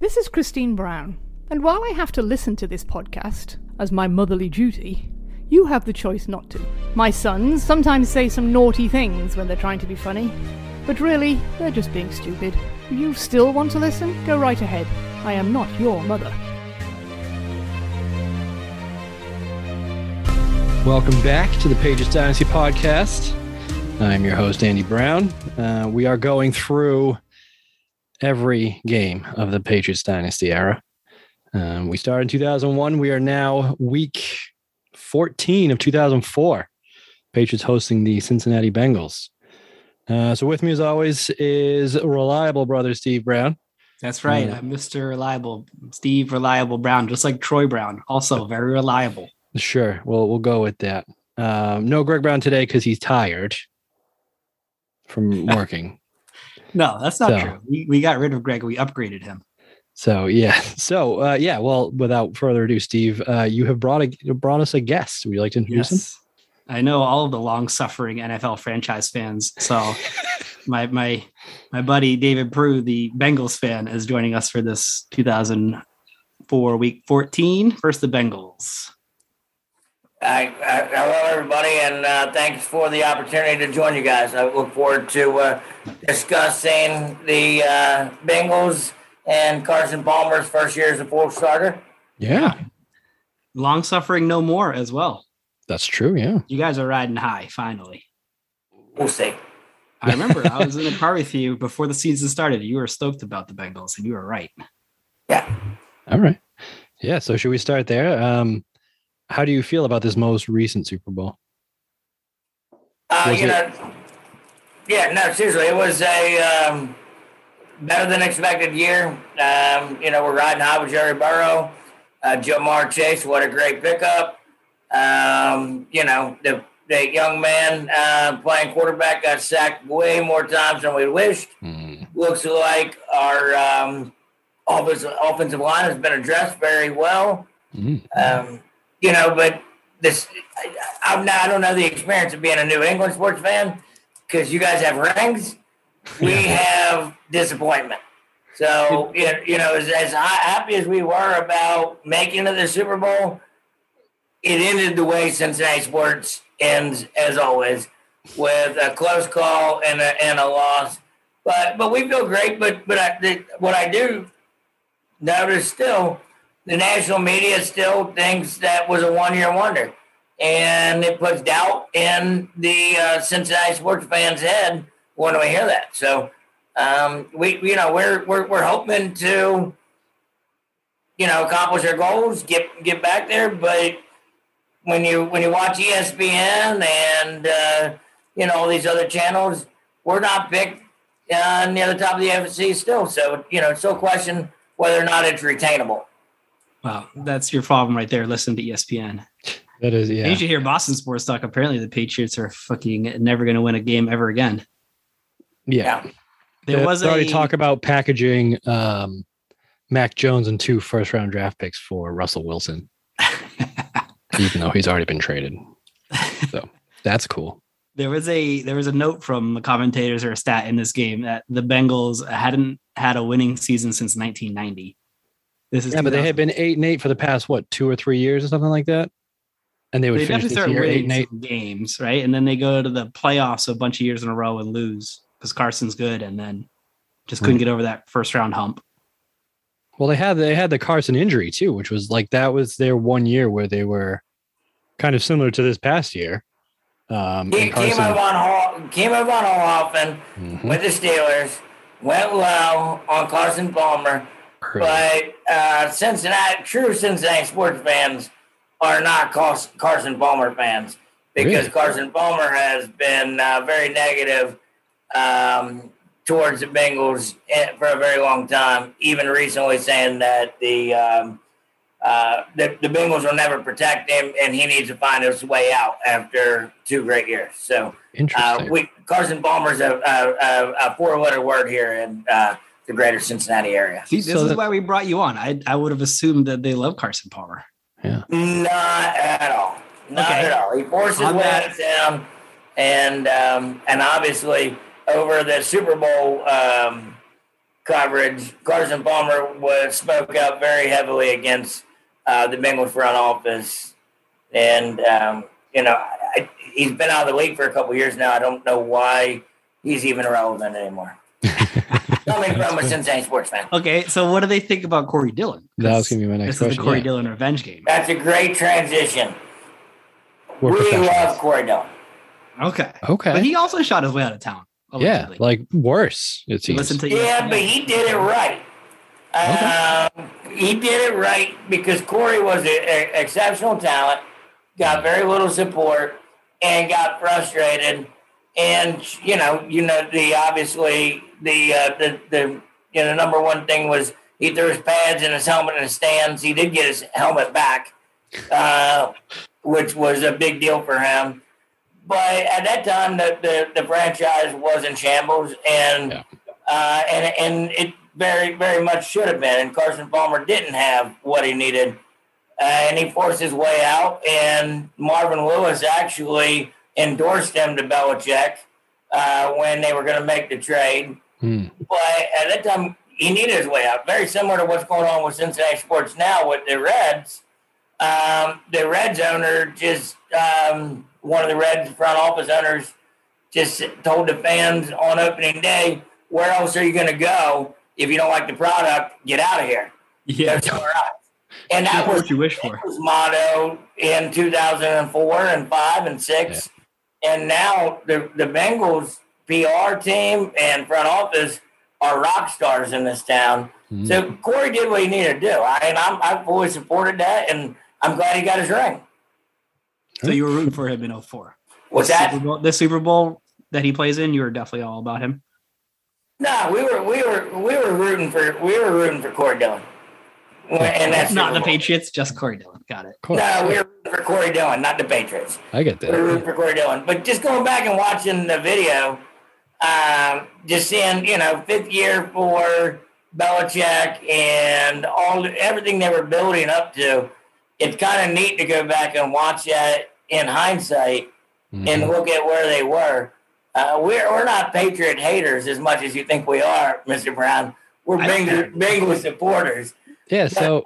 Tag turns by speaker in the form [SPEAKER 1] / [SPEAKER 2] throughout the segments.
[SPEAKER 1] This is Christine Brown, and while I have to listen to this podcast as my motherly duty, you have the choice not to. My sons sometimes say some naughty things when they're trying to be funny, but really, they're just being stupid. You still want to listen? Go right ahead. I am not your mother.
[SPEAKER 2] Welcome back to the Pages Dynasty podcast. I'm your host, Andy Brown. Uh, we are going through every game of the Patriots Dynasty era. Um, we started in 2001. We are now week 14 of 2004. Patriots hosting the Cincinnati Bengals. Uh, so, with me as always is reliable brother Steve Brown.
[SPEAKER 3] That's right.
[SPEAKER 2] Yeah.
[SPEAKER 3] I'm Mr. Reliable, Steve Reliable Brown, just like Troy Brown, also very reliable.
[SPEAKER 2] Sure, we'll we'll go with that. Um, no Greg Brown today because he's tired from working.
[SPEAKER 3] No, that's not
[SPEAKER 2] So-
[SPEAKER 3] true. We, we got rid of Greg. We upgraded him.
[SPEAKER 2] So yeah, so uh, yeah. Well, without further ado, Steve, uh, you have brought a, brought us a guest. Would you like to introduce him?
[SPEAKER 3] I know all of the long suffering NFL franchise fans. So my my my buddy David Prue, the Bengals fan, is joining us for this 2004 week 14. First the Bengals.
[SPEAKER 4] I, I, uh, hello, everybody, and uh, thanks for the opportunity to join you guys. I look forward to uh, discussing the uh, Bengals and Carson Palmer's first year as a full starter.
[SPEAKER 2] Yeah,
[SPEAKER 3] Long suffering no more as well.
[SPEAKER 2] that's true. Yeah,
[SPEAKER 3] You guys are riding high finally.
[SPEAKER 4] We'll see.
[SPEAKER 3] I remember I was in a car with you before the season started. You were stoked about the Bengals, and you were right.
[SPEAKER 2] all right. Yeah. So should we start there? Um, how do you feel about this most recent Super Bowl?
[SPEAKER 4] Uh,
[SPEAKER 2] Was
[SPEAKER 4] you
[SPEAKER 2] it-
[SPEAKER 4] know, yeah, no, seriously, it was a um, better than expected year. Um, you know, we're riding high with Jerry Burrow, uh, Jamar Chase. What a great pickup! Um, you know, the the young man uh, playing quarterback got sacked way more times than we wished.
[SPEAKER 3] Hmm.
[SPEAKER 4] Looks like our um, offensive offensive line has been addressed very well.
[SPEAKER 2] Mm.
[SPEAKER 4] Um, you know, but this, I, I'm not, I don't know the experience of being a New England sports fan because you guys have rings. We have disappointment. So, you you know, as, as hi- happy as we were about making it the Super Bowl, it ended the way Cincinnati sports ends, as always, with a close call and a, and a loss. But but we feel great. But but I, the, what I do notice still the national media still thinks that was a one year wonder. And it puts doubt in the uh, Cincinnati sports fans' head when we hear that. So, um, we you know we're, we're we're hoping to, you know, accomplish our goals, get get back there. But when you when you watch E ESPN and uh, you know all these other channels, we're not picked uh, near the top of the AFC still. So you know, it's still question whether or not it's retainable.
[SPEAKER 3] Wow, that's your problem right there. Listen to E ESPN.
[SPEAKER 2] That is
[SPEAKER 3] You
[SPEAKER 2] yeah.
[SPEAKER 3] should hear Boston sports talk. Apparently, the Patriots are fucking never going to win a game ever again.
[SPEAKER 2] Yeah.
[SPEAKER 3] There
[SPEAKER 2] They-
[SPEAKER 3] was
[SPEAKER 2] they already
[SPEAKER 3] a-
[SPEAKER 2] talk about packaging um, Mac Jones and two first round draft picks for Russell Wilson, even though he's already been traded. So that's cool.
[SPEAKER 3] There was a there was a note from the commentators or a stat in this game that the Bengals hadn't had a winning season since 1990. This is
[SPEAKER 2] Yeah, but they
[SPEAKER 3] 2000.
[SPEAKER 2] had been eight and eight for the past what two or three years or something like that, and they would
[SPEAKER 3] They'd
[SPEAKER 2] finish
[SPEAKER 3] have to
[SPEAKER 2] this
[SPEAKER 3] start
[SPEAKER 2] year eight and
[SPEAKER 3] winning
[SPEAKER 2] eight.
[SPEAKER 3] some games, right? And then they go to the playoffs a bunch of years in a row and lose because Carson's good, and then just couldn't
[SPEAKER 2] Right.
[SPEAKER 3] get over that first round hump.
[SPEAKER 2] Well, they had they had the Carson injury too, which was like that was their one year where they were kind of similar to this past year. Um, and
[SPEAKER 4] Kimo
[SPEAKER 2] Carson,
[SPEAKER 4] von Hall, Kimo von Hoffen
[SPEAKER 2] Mhm.
[SPEAKER 4] with the Steelers went low on Carson Palmer, but uh, Cincinnati, true Cincinnati sports fans are not Cars- Carson Palmer fans because
[SPEAKER 2] Really?
[SPEAKER 4] Carson Palmer has been uh, very negative um, towards the Bengals eh, for a very long time, even recently saying that the um, uh, the, the Bengals will never protect him, and he needs to find his way out after two great years. So, uh,
[SPEAKER 2] interesting.
[SPEAKER 4] we Carson Palmer's a, a, a, a four-letter word here in uh, the greater Cincinnati area.
[SPEAKER 3] See, this
[SPEAKER 2] So
[SPEAKER 3] is
[SPEAKER 2] that-
[SPEAKER 3] why we brought you on. I I would have assumed that they love Carson Palmer.
[SPEAKER 4] Not at all. Not
[SPEAKER 3] Okay.
[SPEAKER 4] at all. He forced his
[SPEAKER 3] On
[SPEAKER 4] way
[SPEAKER 3] that-
[SPEAKER 4] out of town, and um, and obviously over the Super Bowl um, coverage, Carson Palmer was spoke out very heavily against uh, the Bengals front office, and um, you know I, he's been out of the league for a couple years now. I don't know why he's even relevant anymore. Coming from a Cincinnati sports fan,
[SPEAKER 3] Okay, so what do they think about Corey Dillon?
[SPEAKER 2] That was gonna be my next
[SPEAKER 3] This is the
[SPEAKER 2] question.
[SPEAKER 3] Corey
[SPEAKER 2] yeah.
[SPEAKER 3] Dillon revenge game.
[SPEAKER 4] that's a great transition.
[SPEAKER 2] We're
[SPEAKER 4] we
[SPEAKER 2] professionals.
[SPEAKER 4] love Corey Dillon.
[SPEAKER 3] Okay. But
[SPEAKER 2] Okay.
[SPEAKER 3] he also shot his way out of town.
[SPEAKER 2] Yeah,
[SPEAKER 3] allegedly.
[SPEAKER 2] like worse. It
[SPEAKER 3] He
[SPEAKER 2] seems.
[SPEAKER 3] listened to
[SPEAKER 4] Yeah,
[SPEAKER 3] ESPN.
[SPEAKER 4] but he did it right. Um, he did it right because Corey was an exceptional talent, got very little support, and got frustrated. And you know, you know, the obviously the uh, the the you know number one thing was he threw his pads and his helmet in the stands. He did get his helmet back, uh, which was a big deal for him. But at that time, the the, the franchise was in shambles, and
[SPEAKER 2] Yeah.
[SPEAKER 4] uh, and and it very very much should have been. And Carson Palmer didn't have what he needed, uh, and he forced his way out. And Marvin Lewis actually endorsed him to Belichick uh, when they were going to make the trade.
[SPEAKER 2] Hmm.
[SPEAKER 4] But at that time, he needed his way out. Very similar to what's going on with Cincinnati sports now with the Reds. Um, the Reds owner just um, one of the Reds front office owners just told the fans on opening day, "Where else are you going to go if you don't like the product? Get out of here.
[SPEAKER 3] Yeah.
[SPEAKER 4] Go somewhere else." And that
[SPEAKER 3] That's
[SPEAKER 4] was
[SPEAKER 3] what you wish for.
[SPEAKER 4] his motto in 2004 and five and six, and now the the Bengals PR team and front office are rock stars in this town.
[SPEAKER 2] Hmm.
[SPEAKER 4] So Corey did what he needed to do, I, and I'm, I've fully supported that, and I'm glad he got his ring.
[SPEAKER 3] So you were rooting for him in 04.
[SPEAKER 4] Was
[SPEAKER 3] The
[SPEAKER 4] that?
[SPEAKER 3] Super Bowl, the Super Bowl that he plays in, you were definitely all about him.
[SPEAKER 4] No, we were we were we were rooting for we were rooting for Corey Dillon, Well, and that's
[SPEAKER 3] Not the Patriots, just Corey Dillon. Got it.
[SPEAKER 2] Of course.
[SPEAKER 4] No, we were rooting for Corey Dillon, not the Patriots.
[SPEAKER 2] I get
[SPEAKER 4] We were
[SPEAKER 2] that.
[SPEAKER 4] rooting for Corey Dillon, but just going back and watching the video, um, just seeing you know fifth year for Belichick and all everything they were building up to, it's kind of neat to go back and watch that in hindsight.
[SPEAKER 2] Mhm.
[SPEAKER 4] and look at where they were. Uh, we're, we're not Patriot haters as much as you think we are, Mr. Brown. We're
[SPEAKER 3] I don't
[SPEAKER 4] Bengals, Bengals supporters.
[SPEAKER 2] Yeah. So.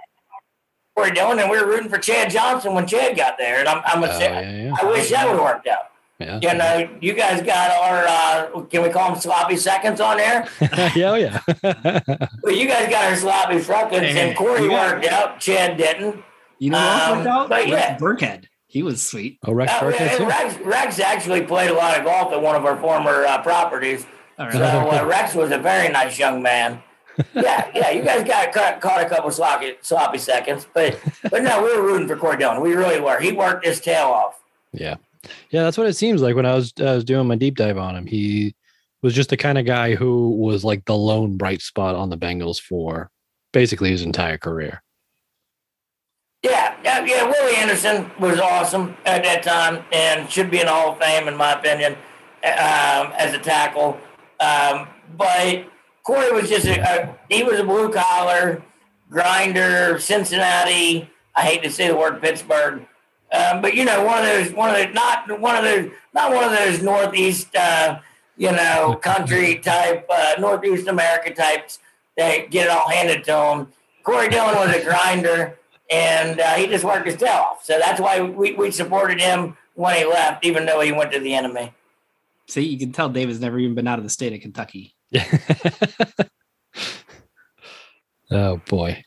[SPEAKER 4] We're doing, and we were rooting for Chad Johnson when Chad got there. And I'm, I'm a,
[SPEAKER 2] Oh, yeah,
[SPEAKER 4] I wish that would have worked out.
[SPEAKER 2] yeah.
[SPEAKER 4] You
[SPEAKER 2] Yeah.
[SPEAKER 4] know, you guys got our, uh, can we call them sloppy seconds on there?
[SPEAKER 2] yeah. oh, Yeah.
[SPEAKER 4] Well, you guys got our sloppy seconds,
[SPEAKER 3] Hey,
[SPEAKER 4] and Corey
[SPEAKER 3] you got-
[SPEAKER 4] worked out, Chad didn't.
[SPEAKER 3] You know what else
[SPEAKER 4] Um,
[SPEAKER 3] worked out?
[SPEAKER 4] but yeah.
[SPEAKER 3] Rex Burkhead. He was sweet.
[SPEAKER 2] oh, Rex
[SPEAKER 4] Uh,
[SPEAKER 2] Burkhead too.
[SPEAKER 4] Rex, Rex actually played a lot of golf at one of our former uh, properties.
[SPEAKER 3] All
[SPEAKER 4] So
[SPEAKER 3] right.
[SPEAKER 4] uh, Rex was a very nice young man. Yeah, yeah, you guys got caught, caught a couple sloppy, sloppy seconds, but but no, we were rooting for Cordone. We really were. He worked his tail off.
[SPEAKER 2] Yeah. Yeah, that's what it seems like when I was I was doing my deep dive on him. He was just the kind of guy who was like the lone bright spot on the Bengals for basically his entire career.
[SPEAKER 4] Yeah, yeah, yeah. Willie Anderson was awesome at that time and should be in the Hall of Fame in my opinion um, as a tackle. Um, but Corey was just a, a he was a blue collar grinder, Cincinnati. I hate to say the word Pittsburgh, um, but you know one of those one of those not one of those not one of those northeast uh, you know country type uh, northeast America types that get it all handed to them. Corey Dillon was a grinder, and uh, he just worked his tail off. So that's why we, we supported him when he left, even though he went to the enemy.
[SPEAKER 3] See, you can tell David's never even been out of the state of Kentucky.
[SPEAKER 2] oh boy.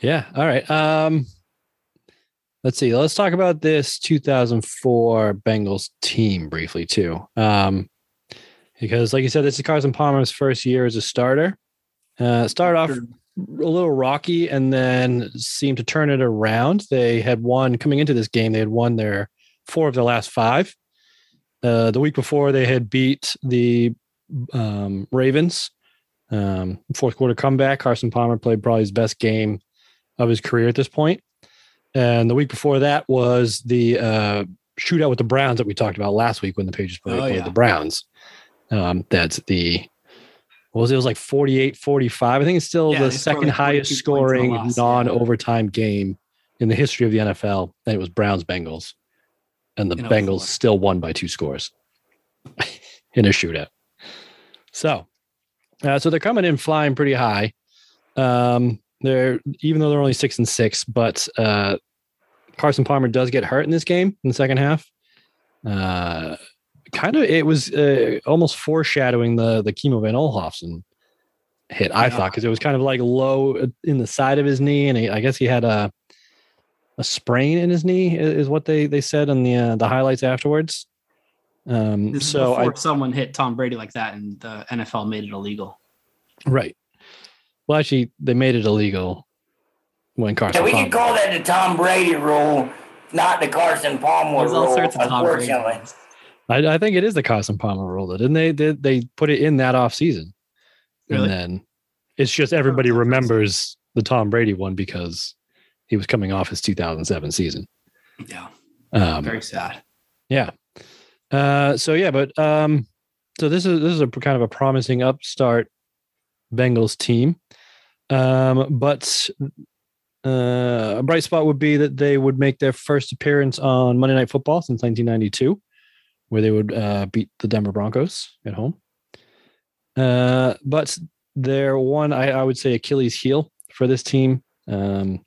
[SPEAKER 2] Yeah. All right. Um let's see. Let's talk about this 2004 Bengals team briefly too. Um because like you said this is Carson Palmer's first year as a starter. Uh start off a little rocky and then seemed to turn it around. They had won coming into this game, they had won their four of their last five. Uh, the week before, they had beat the um, Ravens. Um, fourth quarter comeback. Carson Palmer played probably his best game of his career at this point. And the week before that was the uh, shootout with the Browns that we talked about last week when the Pages played,
[SPEAKER 3] Oh,
[SPEAKER 2] played
[SPEAKER 3] yeah.
[SPEAKER 2] the Browns. Um, that's the what was it? It was like 48 45. I think it's still
[SPEAKER 3] Yeah,
[SPEAKER 2] the
[SPEAKER 3] they scored
[SPEAKER 2] second
[SPEAKER 3] like 42
[SPEAKER 2] highest
[SPEAKER 3] points in a
[SPEAKER 2] scoring
[SPEAKER 3] loss, yeah.
[SPEAKER 2] non overtime game in the history of the NFL. And it was Browns Bengals. And the
[SPEAKER 3] In 04.
[SPEAKER 2] Bengals still won by two scores in a shootout. So Uh, so they're coming in flying pretty high. Um, they're even though they're only six and six, but uh, Carson Palmer does get hurt in this game in the second half. Uh, kind of, it was uh, almost foreshadolowing the the chemo van Olhofsen hit. I
[SPEAKER 3] Yeah.
[SPEAKER 2] thought because it was kind of like low uh, in the side of his knee, and he, I guess he had a a sprain in his knee i- is what they they said in the uh, the highlights afterwards. Um,
[SPEAKER 3] This is
[SPEAKER 2] so I
[SPEAKER 3] before someone hit Tom Brady like that, and the NFL made it illegal.
[SPEAKER 2] Right. Well, actually, they made it illegal when Carson.
[SPEAKER 4] Yeah, we
[SPEAKER 2] Palmer-
[SPEAKER 4] can call that the Tom Brady rule, not the Carson Palmer
[SPEAKER 3] There's
[SPEAKER 4] rule.
[SPEAKER 3] all sorts of Tom Brady.
[SPEAKER 4] unfortunately,
[SPEAKER 3] ones.
[SPEAKER 2] I, I think it is the Carson Palmer rule, though. Didn't they? They, they put it in that off season,
[SPEAKER 3] Really?
[SPEAKER 2] and then it's just everybody remembers the Tom Brady one because he was coming off his 2007 season.
[SPEAKER 3] Yeah,
[SPEAKER 2] Um,
[SPEAKER 3] very sad.
[SPEAKER 2] Yeah. Uh, so yeah, but um, so this is this is a p- kind of a promising upstart Bengals team. Um, but uh, a bright spot would be that they would make their first appearance on Monday Night Football since 1992, where they would uh, beat the Denver Broncos at home. Uh, but their one, I, I would say, Achilles heel for this team, um,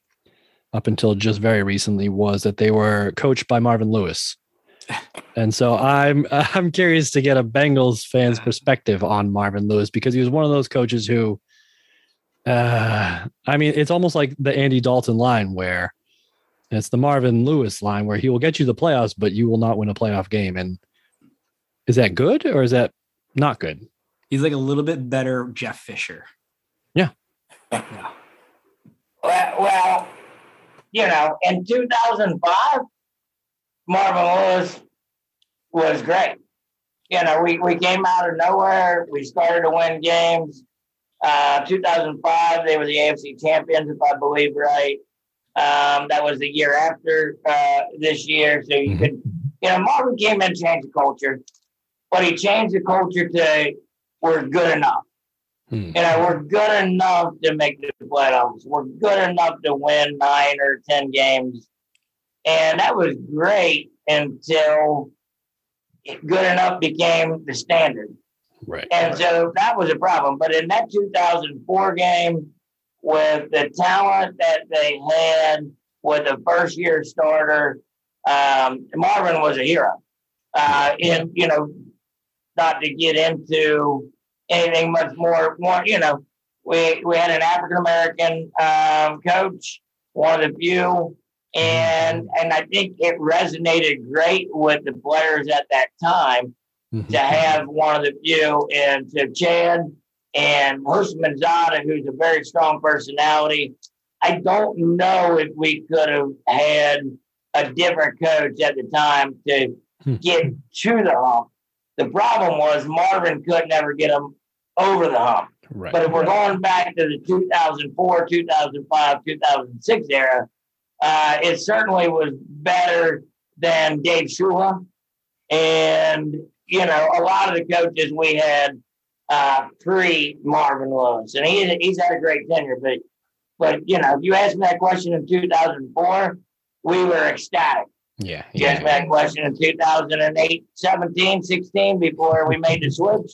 [SPEAKER 2] up until just very recently, was that they were coached by Marvin Lewis. And so I'm I'm curious to get a Bengals fan's perspective on Marvin Lewis because he was one of those coaches who uh I mean it's almost like the Andy Dalton line where it's the Marvin Lewis line where he will get you the playoffs but you will not win a playoff game and is that good or is that not good?
[SPEAKER 3] He's like a little bit better Jeff Fisher.
[SPEAKER 4] well, well, you know, in 2005, Marvin Lewis was great. You know, we, we came out of nowhere. We started to win games. Uh, 2005, they were the AFC champions, if I believe right. Um, that was the year after uh, this year. So you could, you know, Marvin came in and changed the culture, but he changed the culture to we're good enough.
[SPEAKER 2] Hmm.
[SPEAKER 4] You know, we're good enough to make the playoffs. We're good enough to win nine or 10 games. And that was great until good enough became the standard.
[SPEAKER 2] Right.
[SPEAKER 4] And so that was a problem. But in that 2004 game, with the talent that they had with the first year starter, um, Marvin was a hero. Uh, and, you know, not to get into anything much more, more you know, we, we had an African American um, coach, one of the few. And, and I think it resonated great with the players at that time
[SPEAKER 2] Mm-hmm.
[SPEAKER 4] to have one of the few and to Chad and Hirschman Zada, who's a very strong personality. I don't know if we could have had a different coach at the time to
[SPEAKER 2] Hmm.
[SPEAKER 4] get to the hump. The problem was Marvin could never get him over the hump.
[SPEAKER 2] Right.
[SPEAKER 4] But if we're going back to the 2004, 2005, 2006 era, uh, it certainly was better than Dave Shula. And, you know, a lot of the coaches we had uh, pre Marvin Lewis. And he, he's had a great tenure. But, but, you know, if you asked me that question in 2004, we were ecstatic.
[SPEAKER 2] yeah.
[SPEAKER 4] You asked me
[SPEAKER 2] Yeah.
[SPEAKER 4] that question in 2008, 17, 16, before we made the switch.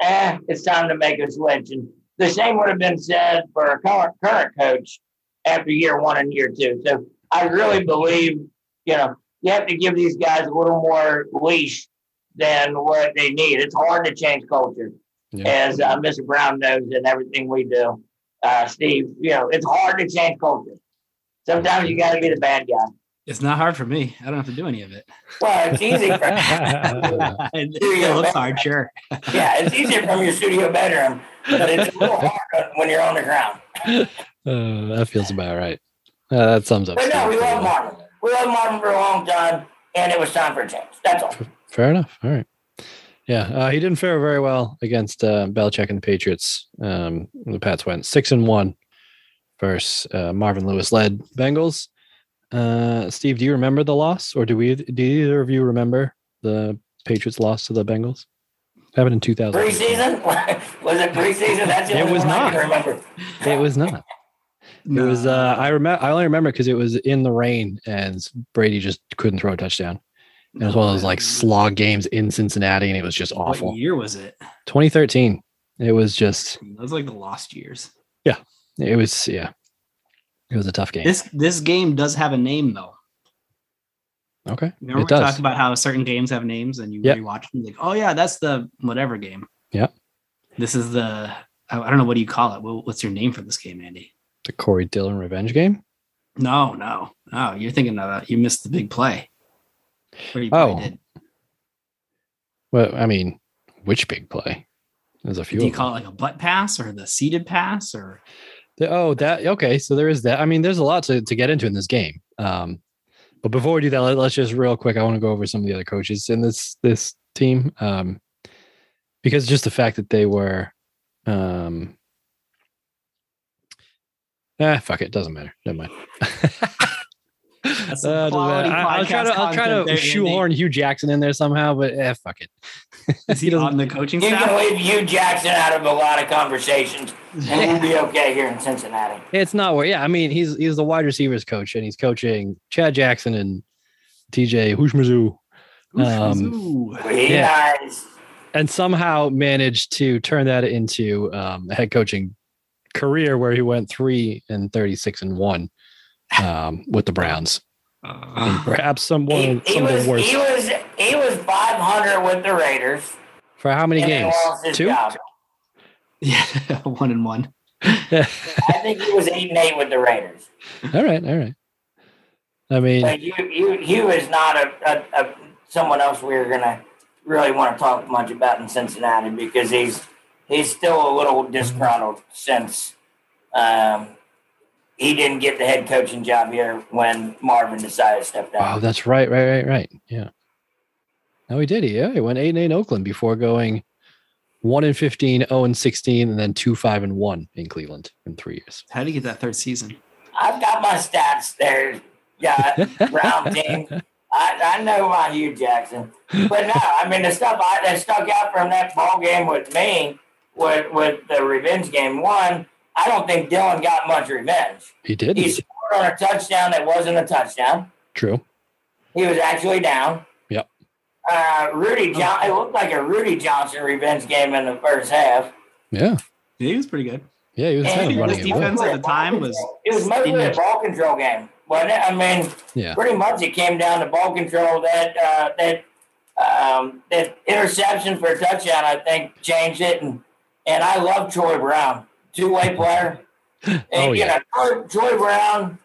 [SPEAKER 4] Eh, it's time to make a switch. And the same would have been said for our current, current coach after year one and year two. So I really believe, you know, you have to give these guys a little more leash than what they need. It's hard to change culture,
[SPEAKER 2] Yeah.
[SPEAKER 4] as uh, Mr. Brown knows and everything we do. Uh, Steve, you know, it's hard to change culture. Sometimes you got to be the bad guy.
[SPEAKER 3] It's not hard for me. I don't have to do any of it.
[SPEAKER 4] Well, it's easy for
[SPEAKER 3] it looks hard, sure.
[SPEAKER 4] yeah, it's easier from your studio bedroom, but it's a little hard when you're on the ground.
[SPEAKER 2] Uh, that feels about right. Uh, that sums up.
[SPEAKER 4] But no,
[SPEAKER 2] Steve
[SPEAKER 4] we
[SPEAKER 2] pretty
[SPEAKER 4] love
[SPEAKER 2] well.
[SPEAKER 4] Marvin. We love Marvin for a long time, and it was time for a change. That's all.
[SPEAKER 2] Fair enough. All right. Yeah, uh, he didn't fare very well against uh, Belichick and the Patriots. Um, the Pats went six and one versus uh, Marvin Lewis led Bengals. Uh, Steve, do you remember the loss, or do we? Do either of you remember the Patriots loss to the Bengals? Happened in two thousand.
[SPEAKER 4] Preseason was it preseason? That's the
[SPEAKER 2] It
[SPEAKER 4] only
[SPEAKER 2] was
[SPEAKER 4] one I
[SPEAKER 2] not.
[SPEAKER 4] can remember.
[SPEAKER 2] It was not. It was. Uh, I remember. I only remember because it was in the rain and Brady just couldn't throw a touchdown. And it was one of those like slog games in Cincinnati, and it was just
[SPEAKER 3] What
[SPEAKER 2] awful.
[SPEAKER 3] year was it?
[SPEAKER 2] Twenty thirteen. It was just
[SPEAKER 3] That was like the lost years.
[SPEAKER 2] it was yeah. It was a tough game.
[SPEAKER 3] This this game does have a name though.
[SPEAKER 2] okay.
[SPEAKER 3] Remember
[SPEAKER 2] It
[SPEAKER 3] we
[SPEAKER 2] does.
[SPEAKER 3] talked about how certain games have names and you
[SPEAKER 2] Yep.
[SPEAKER 3] rewatch them like, oh yeah, that's the whatever game.
[SPEAKER 2] Yep.
[SPEAKER 3] This is the I, I don't know what do you call it. Well, what's your name for this game, Andy?
[SPEAKER 2] The Corey Dillon revenge game?
[SPEAKER 3] No, no, no. You're thinking of that. You missed the big play. Or you
[SPEAKER 2] Oh,
[SPEAKER 3] probably did.
[SPEAKER 2] Well, I mean, which big play? There's a few.
[SPEAKER 3] Do you
[SPEAKER 2] of them.
[SPEAKER 3] call it like a butt pass or the seated pass or
[SPEAKER 2] The- Oh, that okay. So there is that. I mean, there's a lot to, to get into in this game. Um, but before we do that, let, us just real quick. I want to go over some of the other coaches in this this team, um, because just the fact that they were, um, ah, fuck it, doesn't matter. Never mind.
[SPEAKER 3] some
[SPEAKER 2] Uh, doesn't
[SPEAKER 3] quality
[SPEAKER 2] matter. I, will try
[SPEAKER 3] podcast
[SPEAKER 2] to I'll try
[SPEAKER 3] content
[SPEAKER 2] to
[SPEAKER 3] there, Andy.
[SPEAKER 2] shoehorn Hugh Jackson in there somehow, but eh, fuck it.
[SPEAKER 3] is he
[SPEAKER 2] doesn't-
[SPEAKER 3] on the coaching
[SPEAKER 4] You can
[SPEAKER 3] staff?
[SPEAKER 4] leave Hugh Jackson out of a lot of conversations, and we'll be okay here in Cincinnati.
[SPEAKER 2] It's not where. Yeah, I mean, he's he's the wide receivers coach, and he's coaching Chad Jackson and TJ Hushmazoo, Um,
[SPEAKER 3] Ooh, ooh.
[SPEAKER 4] He
[SPEAKER 2] Yeah.
[SPEAKER 4] guys,
[SPEAKER 2] and somehow managed to turn that into um, a head coaching career where he went three and thirty-six and one um, with the Browns, and
[SPEAKER 3] Uh,
[SPEAKER 2] perhaps someone
[SPEAKER 4] he, he
[SPEAKER 2] some of
[SPEAKER 4] was
[SPEAKER 2] the
[SPEAKER 4] he
[SPEAKER 2] worst.
[SPEAKER 4] was he was 500 with the Raiders.
[SPEAKER 2] For how many
[SPEAKER 4] and they
[SPEAKER 2] games?
[SPEAKER 4] lost his
[SPEAKER 2] Two.
[SPEAKER 4] job.
[SPEAKER 3] yeah, one and one.
[SPEAKER 4] I think he was eight and eight with the Raiders.
[SPEAKER 2] all right, all right. I mean,
[SPEAKER 4] But you, you, Hugh is not a, a, a someone else we're gonna really want to talk much about in Cincinnati because he's he's still a little disgruntled since um, he didn't get the head coaching job here when Marvin decided to step
[SPEAKER 2] Oh,
[SPEAKER 4] down.
[SPEAKER 2] that's right, right, right, right. Yeah. No, he did. He, yeah, he went eight and eight in Oakland before going one and 15, 0 and 16, and then two, five and one in Cleveland in three years.
[SPEAKER 3] How did he get that third season?
[SPEAKER 4] I've got my stats there. Yeah, round team. I, I know my Hugh Jackson, but no, I mean the stuff I, that stuck out from that ball game with me, with with the revenge game. One, I don't think Dylan got much revenge.
[SPEAKER 2] He did.
[SPEAKER 4] He
[SPEAKER 2] not
[SPEAKER 4] scored on a touchdown that wasn't a touchdown.
[SPEAKER 2] True.
[SPEAKER 4] He was actually down.
[SPEAKER 2] Yep.
[SPEAKER 4] Uh, Rudy John. It looked like a Rudy Johnson revenge game in the first half.
[SPEAKER 2] Yeah.
[SPEAKER 3] He was pretty good.
[SPEAKER 2] Yeah. He was kind of
[SPEAKER 3] This
[SPEAKER 2] running it well.
[SPEAKER 3] defense at the time was
[SPEAKER 4] It was mostly a
[SPEAKER 3] stingy.
[SPEAKER 4] ball control game, wasn't it? I mean,
[SPEAKER 2] Yeah.
[SPEAKER 4] pretty much it came down to ball control. That uh, that um, that interception for a touchdown, I think, changed it. And and I love Troy Brown, two way player. And,
[SPEAKER 2] Oh,
[SPEAKER 4] you
[SPEAKER 2] yeah.
[SPEAKER 4] know, Troy, Troy Brown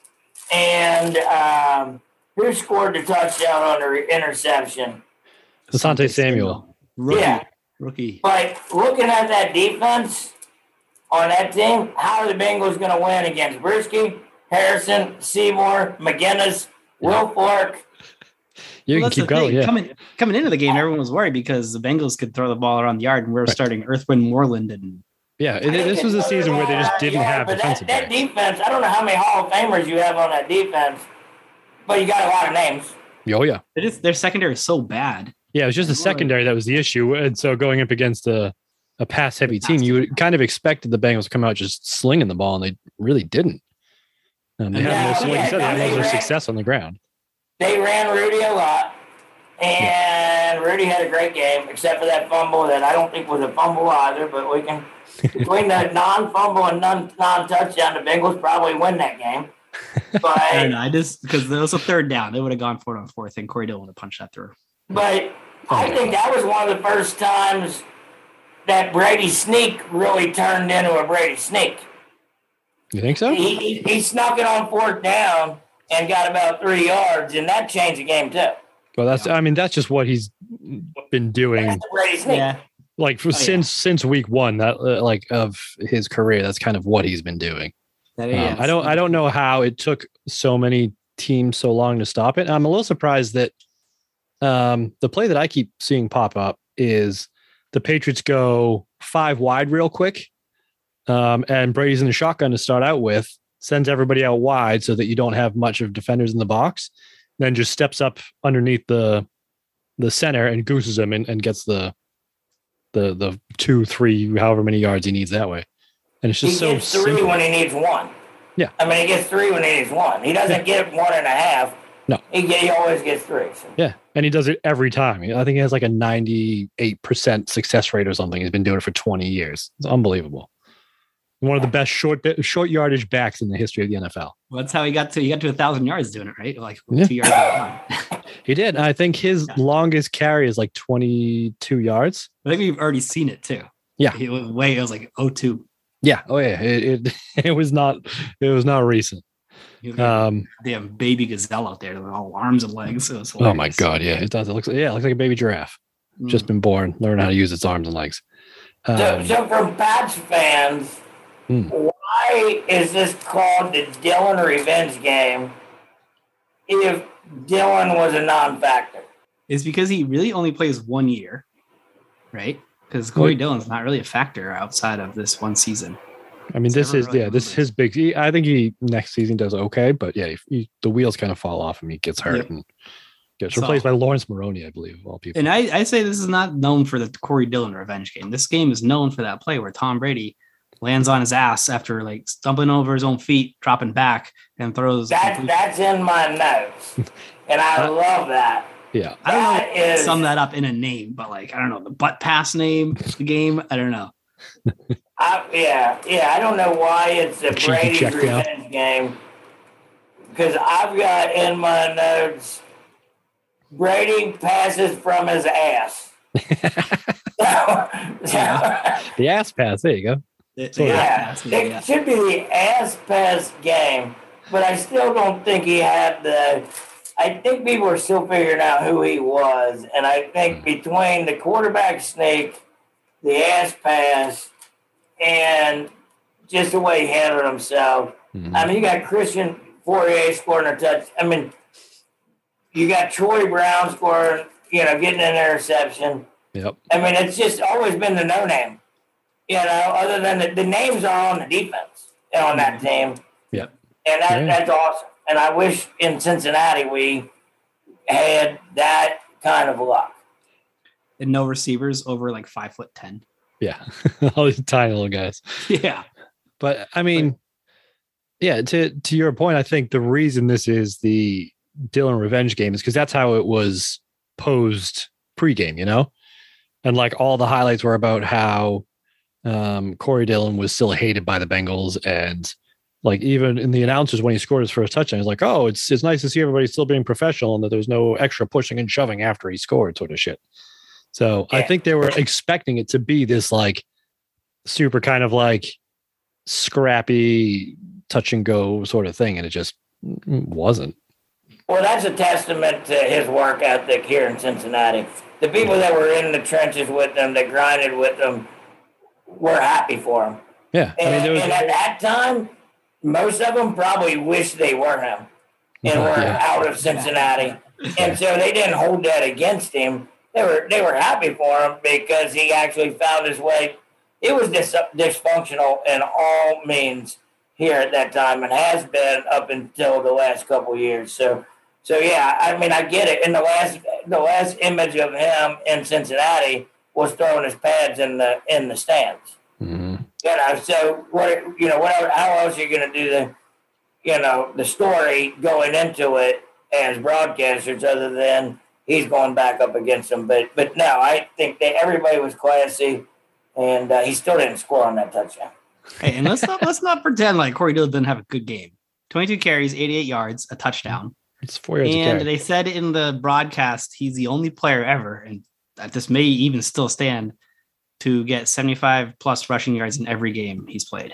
[SPEAKER 4] and um, who scored the touchdown on the re- interception?
[SPEAKER 2] Asante Samuel.
[SPEAKER 3] Rookie.
[SPEAKER 4] Yeah.
[SPEAKER 3] Rookie.
[SPEAKER 4] But looking at that defense on that team, how are the Bengals going to win against Brisky, Harrison, Seymour, McGinnis, Will Fork?
[SPEAKER 2] You can
[SPEAKER 3] Well, that's
[SPEAKER 2] keep
[SPEAKER 3] the
[SPEAKER 2] going.
[SPEAKER 3] thing.
[SPEAKER 2] Yeah.
[SPEAKER 3] Coming coming into the game, everyone was worried because the Bengals could throw the ball around the yard, and we were
[SPEAKER 2] Right.
[SPEAKER 3] starting Earthwind Moreland and
[SPEAKER 2] Yeah. it- it- this was a season where they just didn't
[SPEAKER 4] Yeah,
[SPEAKER 2] have
[SPEAKER 4] but
[SPEAKER 2] defensive
[SPEAKER 4] That, that
[SPEAKER 2] back.
[SPEAKER 4] defense, I don't know how many Hall of Famers you have on that defense, but you got a lot of names.
[SPEAKER 2] Oh, yeah.
[SPEAKER 3] they're just, their secondary is so bad.
[SPEAKER 2] Yeah, it was just the
[SPEAKER 3] Right.
[SPEAKER 2] secondary that was the issue, and so going up against a a pass heavy team, you would kind of expected the Bengals to come out just slinging the ball, and they really didn't. Um, they had
[SPEAKER 4] Yeah,
[SPEAKER 2] most, like
[SPEAKER 4] yeah,
[SPEAKER 2] you said, they had
[SPEAKER 4] they
[SPEAKER 2] most of their
[SPEAKER 4] ran-
[SPEAKER 2] success on the ground.
[SPEAKER 4] They ran Rudy a lot, and Rudy had a great game, except for that fumble that I don't think was a fumble either, but we can. Between the non-fumble and non non-touchdown, the Bengals probably win that game.
[SPEAKER 3] I don't
[SPEAKER 4] But
[SPEAKER 3] know. I just because there was a third down, they would have gone for it on fourth, and Corey Dillon would have punched that through.
[SPEAKER 4] but
[SPEAKER 2] Oh,
[SPEAKER 4] I think that was one of the first times that Brady sneak really turned into a Brady sneak.
[SPEAKER 2] You think so?
[SPEAKER 4] he, he, he snuck it on fourth down and got about three yards, and that changed the game too.
[SPEAKER 2] Well, that's I mean that's just what he's been doing
[SPEAKER 4] That's the Brady sneak.
[SPEAKER 3] Yeah,
[SPEAKER 2] like for,
[SPEAKER 3] yeah.
[SPEAKER 2] since since week one that uh, like of his career. That's kind of what he's been doing.
[SPEAKER 3] that
[SPEAKER 2] Um, I don't I don't know how it took so many teams so long to stop it. I'm a little surprised that um, the play that I keep seeing pop up is the Patriots go five wide real quick, um, and Brady's in the shotgun to start out with, sends everybody out wide so that you don't have much of defenders in the box, then just steps up underneath the the center and gooses him and, and gets the the the two three however many yards he needs that way, and it's just
[SPEAKER 4] He
[SPEAKER 2] so
[SPEAKER 4] gets three
[SPEAKER 2] simple.
[SPEAKER 4] when he needs one.
[SPEAKER 2] Yeah.
[SPEAKER 4] I mean, he gets three when he needs one. He doesn't get one and a half.
[SPEAKER 2] No.
[SPEAKER 4] He, get, he always gets three. so.
[SPEAKER 2] Yeah, and he does it every time. I think he has like a 98% success rate or something. He's been doing it for 20 years. It's unbelievable. One of the best short short yardage backs in the history of the NFL.
[SPEAKER 3] Well, that's how he got to he got to a thousand yards doing it, right? Like
[SPEAKER 2] Yeah.
[SPEAKER 3] two yards. at a time.
[SPEAKER 2] He did. I think his
[SPEAKER 3] Yeah.
[SPEAKER 2] longest carry is like 22 yards.
[SPEAKER 3] I think we've already seen it too.
[SPEAKER 2] Yeah.
[SPEAKER 3] It was way it was like oh two.
[SPEAKER 2] Yeah. Oh yeah. It, it it was not it was not recent.
[SPEAKER 3] He was like
[SPEAKER 2] Um
[SPEAKER 3] a damn baby gazelle out there with all arms and legs. It was
[SPEAKER 2] oh my
[SPEAKER 3] hilarious.
[SPEAKER 2] god, yeah. It does. It looks yeah, it looks like a baby giraffe.
[SPEAKER 3] Mm.
[SPEAKER 2] Just been born, learn how to use its arms and legs.
[SPEAKER 4] Hmm. So,
[SPEAKER 2] Um,
[SPEAKER 4] so for Pats fans,
[SPEAKER 2] Hmm.
[SPEAKER 4] why is this called the Dylan revenge game if Dylan was a non-factor?
[SPEAKER 3] is because he really only plays one year, right? Because Corey Dillon's not really a factor outside of this one season.
[SPEAKER 2] I mean,
[SPEAKER 3] It's
[SPEAKER 2] this
[SPEAKER 3] never
[SPEAKER 2] is
[SPEAKER 3] really
[SPEAKER 2] yeah, this is
[SPEAKER 3] moved.
[SPEAKER 2] his big. He, I think he next season does okay, but yeah, he, he- the wheels kind of fall off him. He gets hurt
[SPEAKER 3] Yep.
[SPEAKER 2] and gets
[SPEAKER 3] So-
[SPEAKER 2] replaced by Lawrence Maroney, I believe, of all people.
[SPEAKER 3] And I, I say this is not known for the Corey Dillon revenge game. This game is known for that play where Tom Brady lands on his ass after like stumbling over his own feet, dropping back, and throws.
[SPEAKER 4] That that's in my notes, and
[SPEAKER 2] Uh,
[SPEAKER 4] I love that.
[SPEAKER 2] yeah,
[SPEAKER 3] I don't know.
[SPEAKER 4] That is
[SPEAKER 3] Sum that up in a name, but like I don't know the butt pass name, the game. I don't know.
[SPEAKER 4] I, yeah, yeah. I don't know why it's a
[SPEAKER 2] The cheeky
[SPEAKER 4] Brady's
[SPEAKER 2] check down.
[SPEAKER 4] revenge game because I've got in my notes Brady passes from his ass. So- so-
[SPEAKER 2] the ass pass. There you go.
[SPEAKER 3] The- the
[SPEAKER 2] Sort of.
[SPEAKER 3] butt
[SPEAKER 4] Yeah,
[SPEAKER 3] pass
[SPEAKER 4] it
[SPEAKER 3] name, Oh, yeah.
[SPEAKER 4] should be the ass pass game, but I still don't think he had the. I think people are still figuring out who he was, and I think between the quarterback sneak, the ass pass, and just the way he handled himself.
[SPEAKER 2] Mhm.
[SPEAKER 4] I mean, you got Christian Fourier scoring a touch. I mean, you got Troy Brown scoring, you know, getting an interception.
[SPEAKER 2] Yep.
[SPEAKER 4] I mean, it's just always been the no name, you know, other than the, the names are on the defense and on that team.
[SPEAKER 2] Yep.
[SPEAKER 4] And that,
[SPEAKER 2] Mm-hmm. Yeah.
[SPEAKER 4] that's awesome. And I wish in Cincinnati we had that kind of luck.
[SPEAKER 3] And no receivers over like five foot ten.
[SPEAKER 2] Yeah, all these tiny little guys.
[SPEAKER 3] Yeah,
[SPEAKER 2] But I mean, yeah. To to your point, I think the reason this is the Dylan revenge game is because that's how it was posed pregame. You know, and like all the highlights were about how um, Corey Dillon was still hated by the Bengals, and like even in the announcers when he scored his first touchdown, he's like, "Oh, it's it's nice to see everybody still being professional and that there's no extra pushing and shoving after he scored," sort of shit. So I
[SPEAKER 4] Yeah.
[SPEAKER 2] think they were expecting it to be this like super kind of like scrappy touch and go sort of thing, and it just wasn't.
[SPEAKER 4] Well, that's a testament to his work ethic here in Cincinnati. The people that were in the trenches with them, that grinded with them, were happy for him.
[SPEAKER 2] Yeah, I mean
[SPEAKER 4] And,
[SPEAKER 2] there was
[SPEAKER 4] and at that time, most of them probably wished they were him and were
[SPEAKER 2] Yeah.
[SPEAKER 4] out of Cincinnati, and so they didn't hold that against him. They were they were happy for him because he actually found his way. It was dis- dysfunctional in all means here at that time, and has been up until the last couple of years. So, so yeah, I mean, I get it. And the last the last image of him in Cincinnati was throwing his pads in the in the stands.
[SPEAKER 2] Mhm.
[SPEAKER 4] You know, so what? You know, what? How else are you going to do the, you know, the story going into it as broadcasters, other than he's going back up against them? But but no, I think that everybody was classy, and uh, he still didn't score on that touchdown.
[SPEAKER 3] Hey, and let's not let's not pretend like Corey Dillon didn't have a good game. 22 carries, 88 yards, a touchdown.
[SPEAKER 2] it's four years. of
[SPEAKER 3] and
[SPEAKER 2] carry.
[SPEAKER 3] they said in the broadcast he's the only player ever, and that this may even still stand to get 75 plus rushing yards in every game he's played.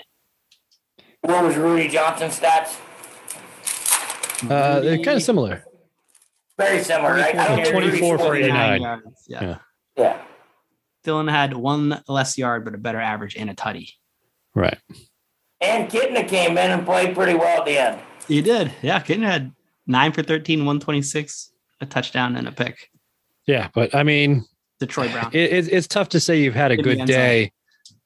[SPEAKER 4] What was Rudy Johnson's stats?
[SPEAKER 2] Uh, they're kind of similar.
[SPEAKER 4] Very similar, right? I don't think Rudy
[SPEAKER 2] 24 for
[SPEAKER 4] scored
[SPEAKER 2] 89.
[SPEAKER 3] yards. Yeah.
[SPEAKER 2] Yeah.
[SPEAKER 4] Yeah,
[SPEAKER 3] Dylan had one less yard, but a better average and a tutty.
[SPEAKER 2] Right.
[SPEAKER 4] and Kitna came in and played pretty well at the end.
[SPEAKER 3] He did. Yeah. Kitten had nine for 13, 126, a touchdown and a pick.
[SPEAKER 2] Yeah, but I mean,
[SPEAKER 3] Detroit Brown.
[SPEAKER 2] it, it's it's tough to say you've had a
[SPEAKER 3] In the
[SPEAKER 2] good
[SPEAKER 3] end zone.
[SPEAKER 2] day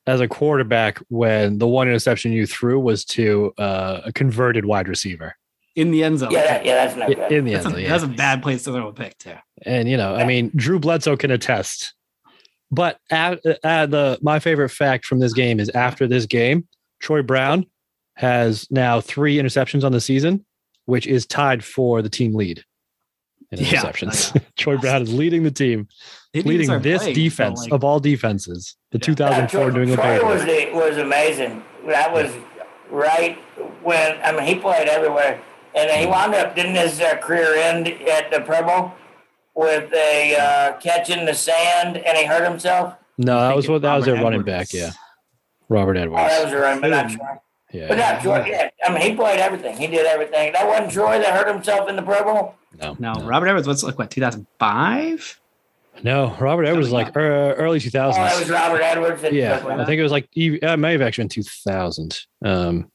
[SPEAKER 2] as a quarterback when the one interception you threw was to uh, a converted wide receiver
[SPEAKER 3] in the end zone.
[SPEAKER 4] Yeah, that, yeah, that's
[SPEAKER 2] i-
[SPEAKER 4] not good.
[SPEAKER 2] in the
[SPEAKER 3] That's
[SPEAKER 2] end.
[SPEAKER 3] a,
[SPEAKER 2] zone, yeah.
[SPEAKER 3] that's a bad place to throw a pick too.
[SPEAKER 2] and you know, I mean, Drew Bledsoe can attest. But at, at the my favorite fact from this game is after this game, Troy Brown has now three interceptions on the season, which is tied for the team lead. in
[SPEAKER 3] Yeah,
[SPEAKER 2] interceptions.
[SPEAKER 3] I know.
[SPEAKER 2] Troy Brown is leading the team,
[SPEAKER 3] They didn't
[SPEAKER 2] leading
[SPEAKER 3] start
[SPEAKER 2] this
[SPEAKER 3] playing until,
[SPEAKER 2] defense
[SPEAKER 3] like-
[SPEAKER 2] of all defenses, the
[SPEAKER 3] Yeah.
[SPEAKER 4] Yeah,
[SPEAKER 2] 2004
[SPEAKER 4] Troy,
[SPEAKER 2] New England
[SPEAKER 4] Troy was,
[SPEAKER 2] Patriots.
[SPEAKER 4] the, was amazing. That was right when I mean he played everywhere, and he wound up didn't his uh, career end at the Pro Bowl with a uh, catch in the sand, and he hurt himself.
[SPEAKER 2] No, that was what that was their
[SPEAKER 3] Robert
[SPEAKER 2] running
[SPEAKER 3] Edwards.
[SPEAKER 2] back. Yeah, Robert
[SPEAKER 4] Oh, that
[SPEAKER 2] Edwards.
[SPEAKER 4] was a run, but not
[SPEAKER 3] Boom.
[SPEAKER 4] Troy. But
[SPEAKER 2] Yeah,
[SPEAKER 4] not Troy. Yeah, I mean he played everything. He did everything. That wasn't Troy that hurt himself in the Pro Bowl.
[SPEAKER 2] no,
[SPEAKER 3] No, Robert Edwards. What's like what 2005?
[SPEAKER 2] no. Robert Edwards was
[SPEAKER 3] Coming
[SPEAKER 2] like uh, early
[SPEAKER 4] Oh, that
[SPEAKER 2] 2000s.
[SPEAKER 4] was Robert Edwards. that-
[SPEAKER 2] yeah,
[SPEAKER 4] that-
[SPEAKER 2] I think it was like ev- uh, it may have actually been 2000. Um,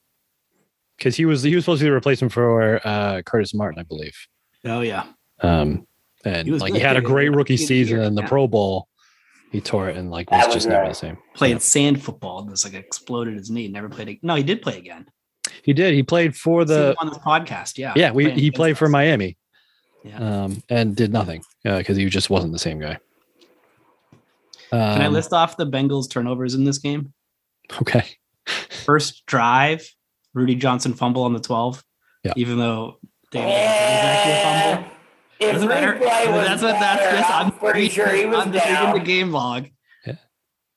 [SPEAKER 2] because he was he was supposed to be the replacement for uh, Curtis Martin, I believe.
[SPEAKER 3] Oh yeah,
[SPEAKER 2] Um, and
[SPEAKER 3] He was
[SPEAKER 2] like
[SPEAKER 3] good.
[SPEAKER 2] he had a great rookie
[SPEAKER 3] He did
[SPEAKER 2] season
[SPEAKER 3] here.
[SPEAKER 2] in the
[SPEAKER 3] Yeah.
[SPEAKER 2] Pro Bowl. He tore it and like was,
[SPEAKER 4] That was
[SPEAKER 2] just never
[SPEAKER 4] right.
[SPEAKER 2] the same.
[SPEAKER 3] played
[SPEAKER 2] Yeah.
[SPEAKER 3] sand football. This like exploded his knee. Never played. ag- No, he did play again.
[SPEAKER 2] He did. He played for the
[SPEAKER 3] on this podcast. Yeah,
[SPEAKER 2] yeah. We
[SPEAKER 3] Playing
[SPEAKER 2] he
[SPEAKER 3] against
[SPEAKER 2] played for
[SPEAKER 3] us.
[SPEAKER 2] Miami.
[SPEAKER 3] Yeah.
[SPEAKER 2] Um, and did nothing because he just wasn't the same guy.
[SPEAKER 3] Can I
[SPEAKER 2] Um,
[SPEAKER 3] list off the Bengals turnovers in this game?
[SPEAKER 2] Okay.
[SPEAKER 3] First drive, Rudy Johnson fumble on the 12.
[SPEAKER 2] Yeah.
[SPEAKER 3] Even though David
[SPEAKER 4] Yeah.
[SPEAKER 3] actually a fumble.
[SPEAKER 4] If
[SPEAKER 3] Doesn't matter.
[SPEAKER 4] replay was
[SPEAKER 3] That's what that's
[SPEAKER 4] better,
[SPEAKER 3] this.
[SPEAKER 4] I'm pretty sure he was
[SPEAKER 3] I'm
[SPEAKER 4] down.
[SPEAKER 3] reading the game log.
[SPEAKER 2] Yeah.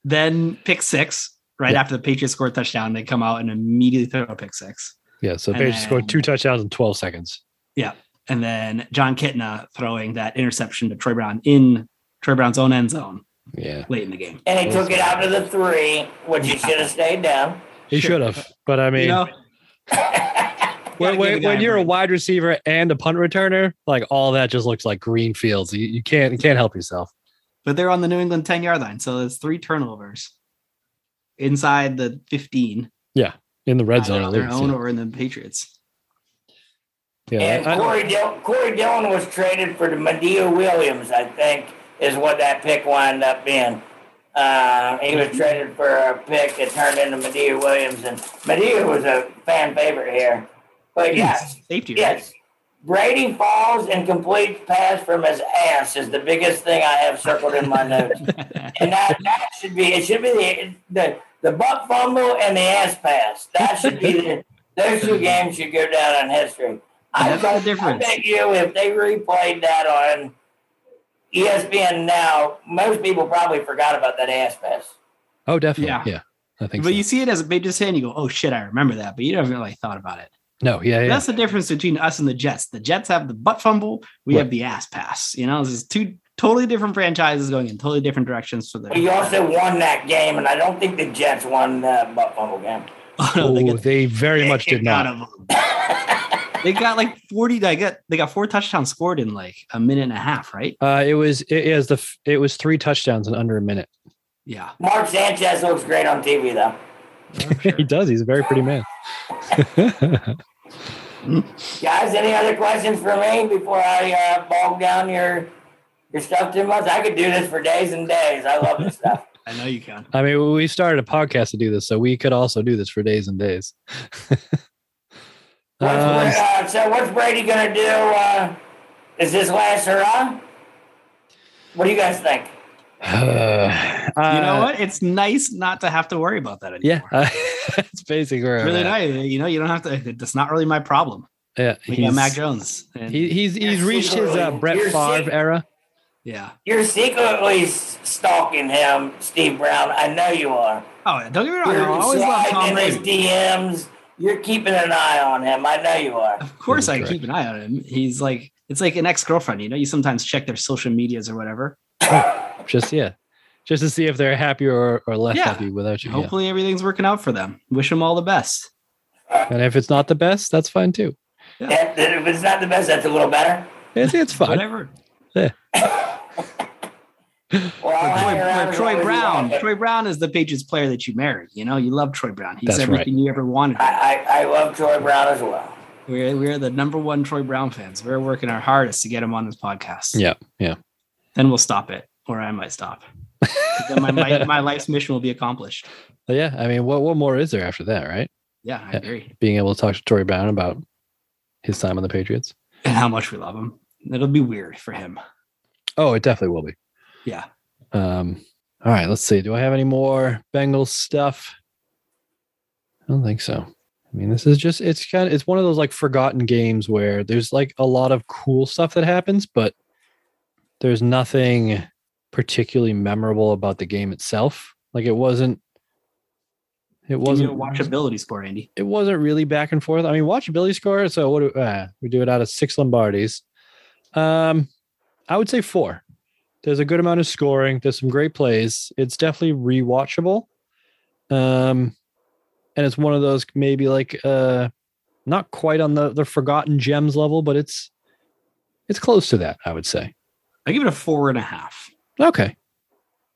[SPEAKER 3] Then pick six right
[SPEAKER 2] Yeah.
[SPEAKER 3] after the Patriots score a touchdown. They come out and immediately throw a pick six.
[SPEAKER 2] Yeah. So
[SPEAKER 3] And
[SPEAKER 2] Page scored
[SPEAKER 3] then-
[SPEAKER 2] two touchdowns in 12 seconds.
[SPEAKER 3] And then John Kitna throwing that interception to Troy Brown in Troy Brown's own end zone
[SPEAKER 2] Yeah.
[SPEAKER 3] late in the game.
[SPEAKER 4] And he took it out to the three, which he should have stayed down.
[SPEAKER 2] He
[SPEAKER 3] Sure.
[SPEAKER 2] should have. But I mean,
[SPEAKER 3] you know,
[SPEAKER 2] when,
[SPEAKER 3] gotta give
[SPEAKER 2] when,
[SPEAKER 3] the guy
[SPEAKER 2] when
[SPEAKER 3] a
[SPEAKER 2] you're a
[SPEAKER 3] break.
[SPEAKER 2] wide receiver and a punt returner, like all that just looks like green fields. You, you can't you can't help yourself.
[SPEAKER 3] but they're on the New England 10 yard line. So there's three turnovers inside the 15.
[SPEAKER 2] In the red
[SPEAKER 3] either
[SPEAKER 2] zone, at
[SPEAKER 3] on their
[SPEAKER 2] least.
[SPEAKER 3] own or in the Patriots.
[SPEAKER 2] Yeah.
[SPEAKER 4] and
[SPEAKER 2] I-
[SPEAKER 4] Corey, Dill- Corey Dillon was traded for the Medea Williams, I think, is what that pick wound up being. Uh, he was traded for a pick that turned into Medea Williams, and Medea was a fan favorite here. But yes,
[SPEAKER 3] Safety, right?
[SPEAKER 4] yes, Brady falls and completes pass from his ass is the biggest thing I have circled in my notes. and that, that should be it should be the the, the buck fumble and the ass pass. That should be the those two games should go down in history.
[SPEAKER 3] That's the
[SPEAKER 4] don't-
[SPEAKER 3] difference.
[SPEAKER 4] I bet you if they replayed that on E ESPN now, most people probably forgot about that ass pass.
[SPEAKER 2] oh, definitely.
[SPEAKER 3] Yeah.
[SPEAKER 2] Yeah. I think
[SPEAKER 3] But
[SPEAKER 2] so.
[SPEAKER 3] you see it as a Patriots fan, you go, "Oh shit, I remember that," but you never really thought about it.
[SPEAKER 2] no, yeah, yeah.
[SPEAKER 3] That's the difference between us and the Jets. The Jets have the butt fumble, we
[SPEAKER 2] Right.
[SPEAKER 3] have the ass pass. You know, this is two totally different franchises going in totally different directions for the.
[SPEAKER 4] But you also won that game, and I don't think the Jets won that buck fumble game.
[SPEAKER 3] Oh, no,
[SPEAKER 2] Oh,
[SPEAKER 3] they
[SPEAKER 2] they,
[SPEAKER 3] got
[SPEAKER 2] very
[SPEAKER 3] the
[SPEAKER 2] much
[SPEAKER 3] kick
[SPEAKER 2] did not.
[SPEAKER 3] out of them. they got like forty. They got they got four touchdowns scored in like a minute and a half, right?
[SPEAKER 2] Uh, it was it is the f- it was three touchdowns in under a minute.
[SPEAKER 3] Yeah,
[SPEAKER 4] Mark Sanchez looks great on TV though.
[SPEAKER 2] he does. He's a very pretty man.
[SPEAKER 4] Guys, any other questions for me before I uh, bog down your your stuff too much? I could do this for days and days. I love this stuff.
[SPEAKER 3] I know you can.
[SPEAKER 2] I mean, we started a podcast to do this, so we could also do this for days and days.
[SPEAKER 4] What's,
[SPEAKER 2] Um,
[SPEAKER 4] uh, so, what's Brady gonna do? Uh, is this last hurrah? What do you guys think?
[SPEAKER 3] you know
[SPEAKER 2] uh,
[SPEAKER 3] what? It's nice not to have to worry about that anymore.
[SPEAKER 2] Yeah, Uh, it's basically where
[SPEAKER 3] It's
[SPEAKER 2] I'm
[SPEAKER 3] really
[SPEAKER 2] at.
[SPEAKER 3] nice. You know, you don't have to. That's not really my problem.
[SPEAKER 2] Yeah,
[SPEAKER 3] We got
[SPEAKER 2] he's-
[SPEAKER 3] Mac Jones. And,
[SPEAKER 2] He, he's he's
[SPEAKER 4] You're
[SPEAKER 2] reached his uh,
[SPEAKER 4] secretly-
[SPEAKER 2] Brett
[SPEAKER 4] you're
[SPEAKER 2] Favre
[SPEAKER 4] sec-
[SPEAKER 2] era.
[SPEAKER 3] yeah.
[SPEAKER 4] You're secretly s- stalking him, Steve Brown. I know you are.
[SPEAKER 3] Oh, don't get me wrong. I
[SPEAKER 4] You're
[SPEAKER 3] always love
[SPEAKER 4] sliding
[SPEAKER 3] Tom
[SPEAKER 4] in his
[SPEAKER 3] Brady.
[SPEAKER 4] DMs. You're keeping an eye on him. I know you are.
[SPEAKER 3] Of course, I
[SPEAKER 2] Correct.
[SPEAKER 3] keep an eye on him. He's like, it's like an ex girlfriend. You know, you sometimes check their social medias or whatever.
[SPEAKER 2] Just yeah, just to see if they're happy or, or less
[SPEAKER 3] Yeah.
[SPEAKER 2] happy without you. yeah.
[SPEAKER 3] Hopefully, everything's working out for them. Wish them all the best.
[SPEAKER 2] And if it's not the best, that's fine too.
[SPEAKER 4] That, that- if it's not the best, that's a little better.
[SPEAKER 2] It's it's fine.
[SPEAKER 3] Whatever.
[SPEAKER 4] Well, I'll
[SPEAKER 3] Troy,
[SPEAKER 4] hang around as long
[SPEAKER 3] Troy
[SPEAKER 4] as you
[SPEAKER 3] Brown.
[SPEAKER 4] want, but-
[SPEAKER 3] Troy Brown is the Patriots player that you marry. You know, you love Troy Brown. He's
[SPEAKER 2] That's right.
[SPEAKER 3] everything you ever wanted.
[SPEAKER 4] I, I, I love Troy Brown as well.
[SPEAKER 3] We're, we're the number one Troy Brown fans. We're working our hardest to get him on this podcast.
[SPEAKER 2] Yeah, yeah.
[SPEAKER 3] Then we'll stop it, or I might stop. then my, my, my life's mission will be accomplished.
[SPEAKER 2] But yeah, I mean, what what more is there after that, right?
[SPEAKER 3] Yeah, I
[SPEAKER 2] Yeah.
[SPEAKER 3] agree.
[SPEAKER 2] Being able to talk to Tory Brown about his time on the Patriots.
[SPEAKER 3] And how much we love him. It'll be weird for him.
[SPEAKER 2] Oh, it definitely will be.
[SPEAKER 3] Yeah.
[SPEAKER 2] Um, all right, let's see. Do I have any more Bengals stuff? I don't think so. I mean, this is just it's kind of it's one of those like forgotten games where there's like a lot of cool stuff that happens, but there's nothing particularly memorable about the game itself. Like it wasn't it
[SPEAKER 3] Wasn't
[SPEAKER 2] wasn't
[SPEAKER 3] a watchability score, Andy.
[SPEAKER 2] it wasn't really back and forth. I mean, watchability score. So what do uh, we do it out of six Lombardis? Um, I would say four. There's a good amount of scoring. There's some great plays. It's definitely rewatchable. Um, and it's one of those maybe like uh, not quite on the the forgotten gems level, but it's it's close to that. I would say.
[SPEAKER 3] I give it a four and a half.
[SPEAKER 2] Okay,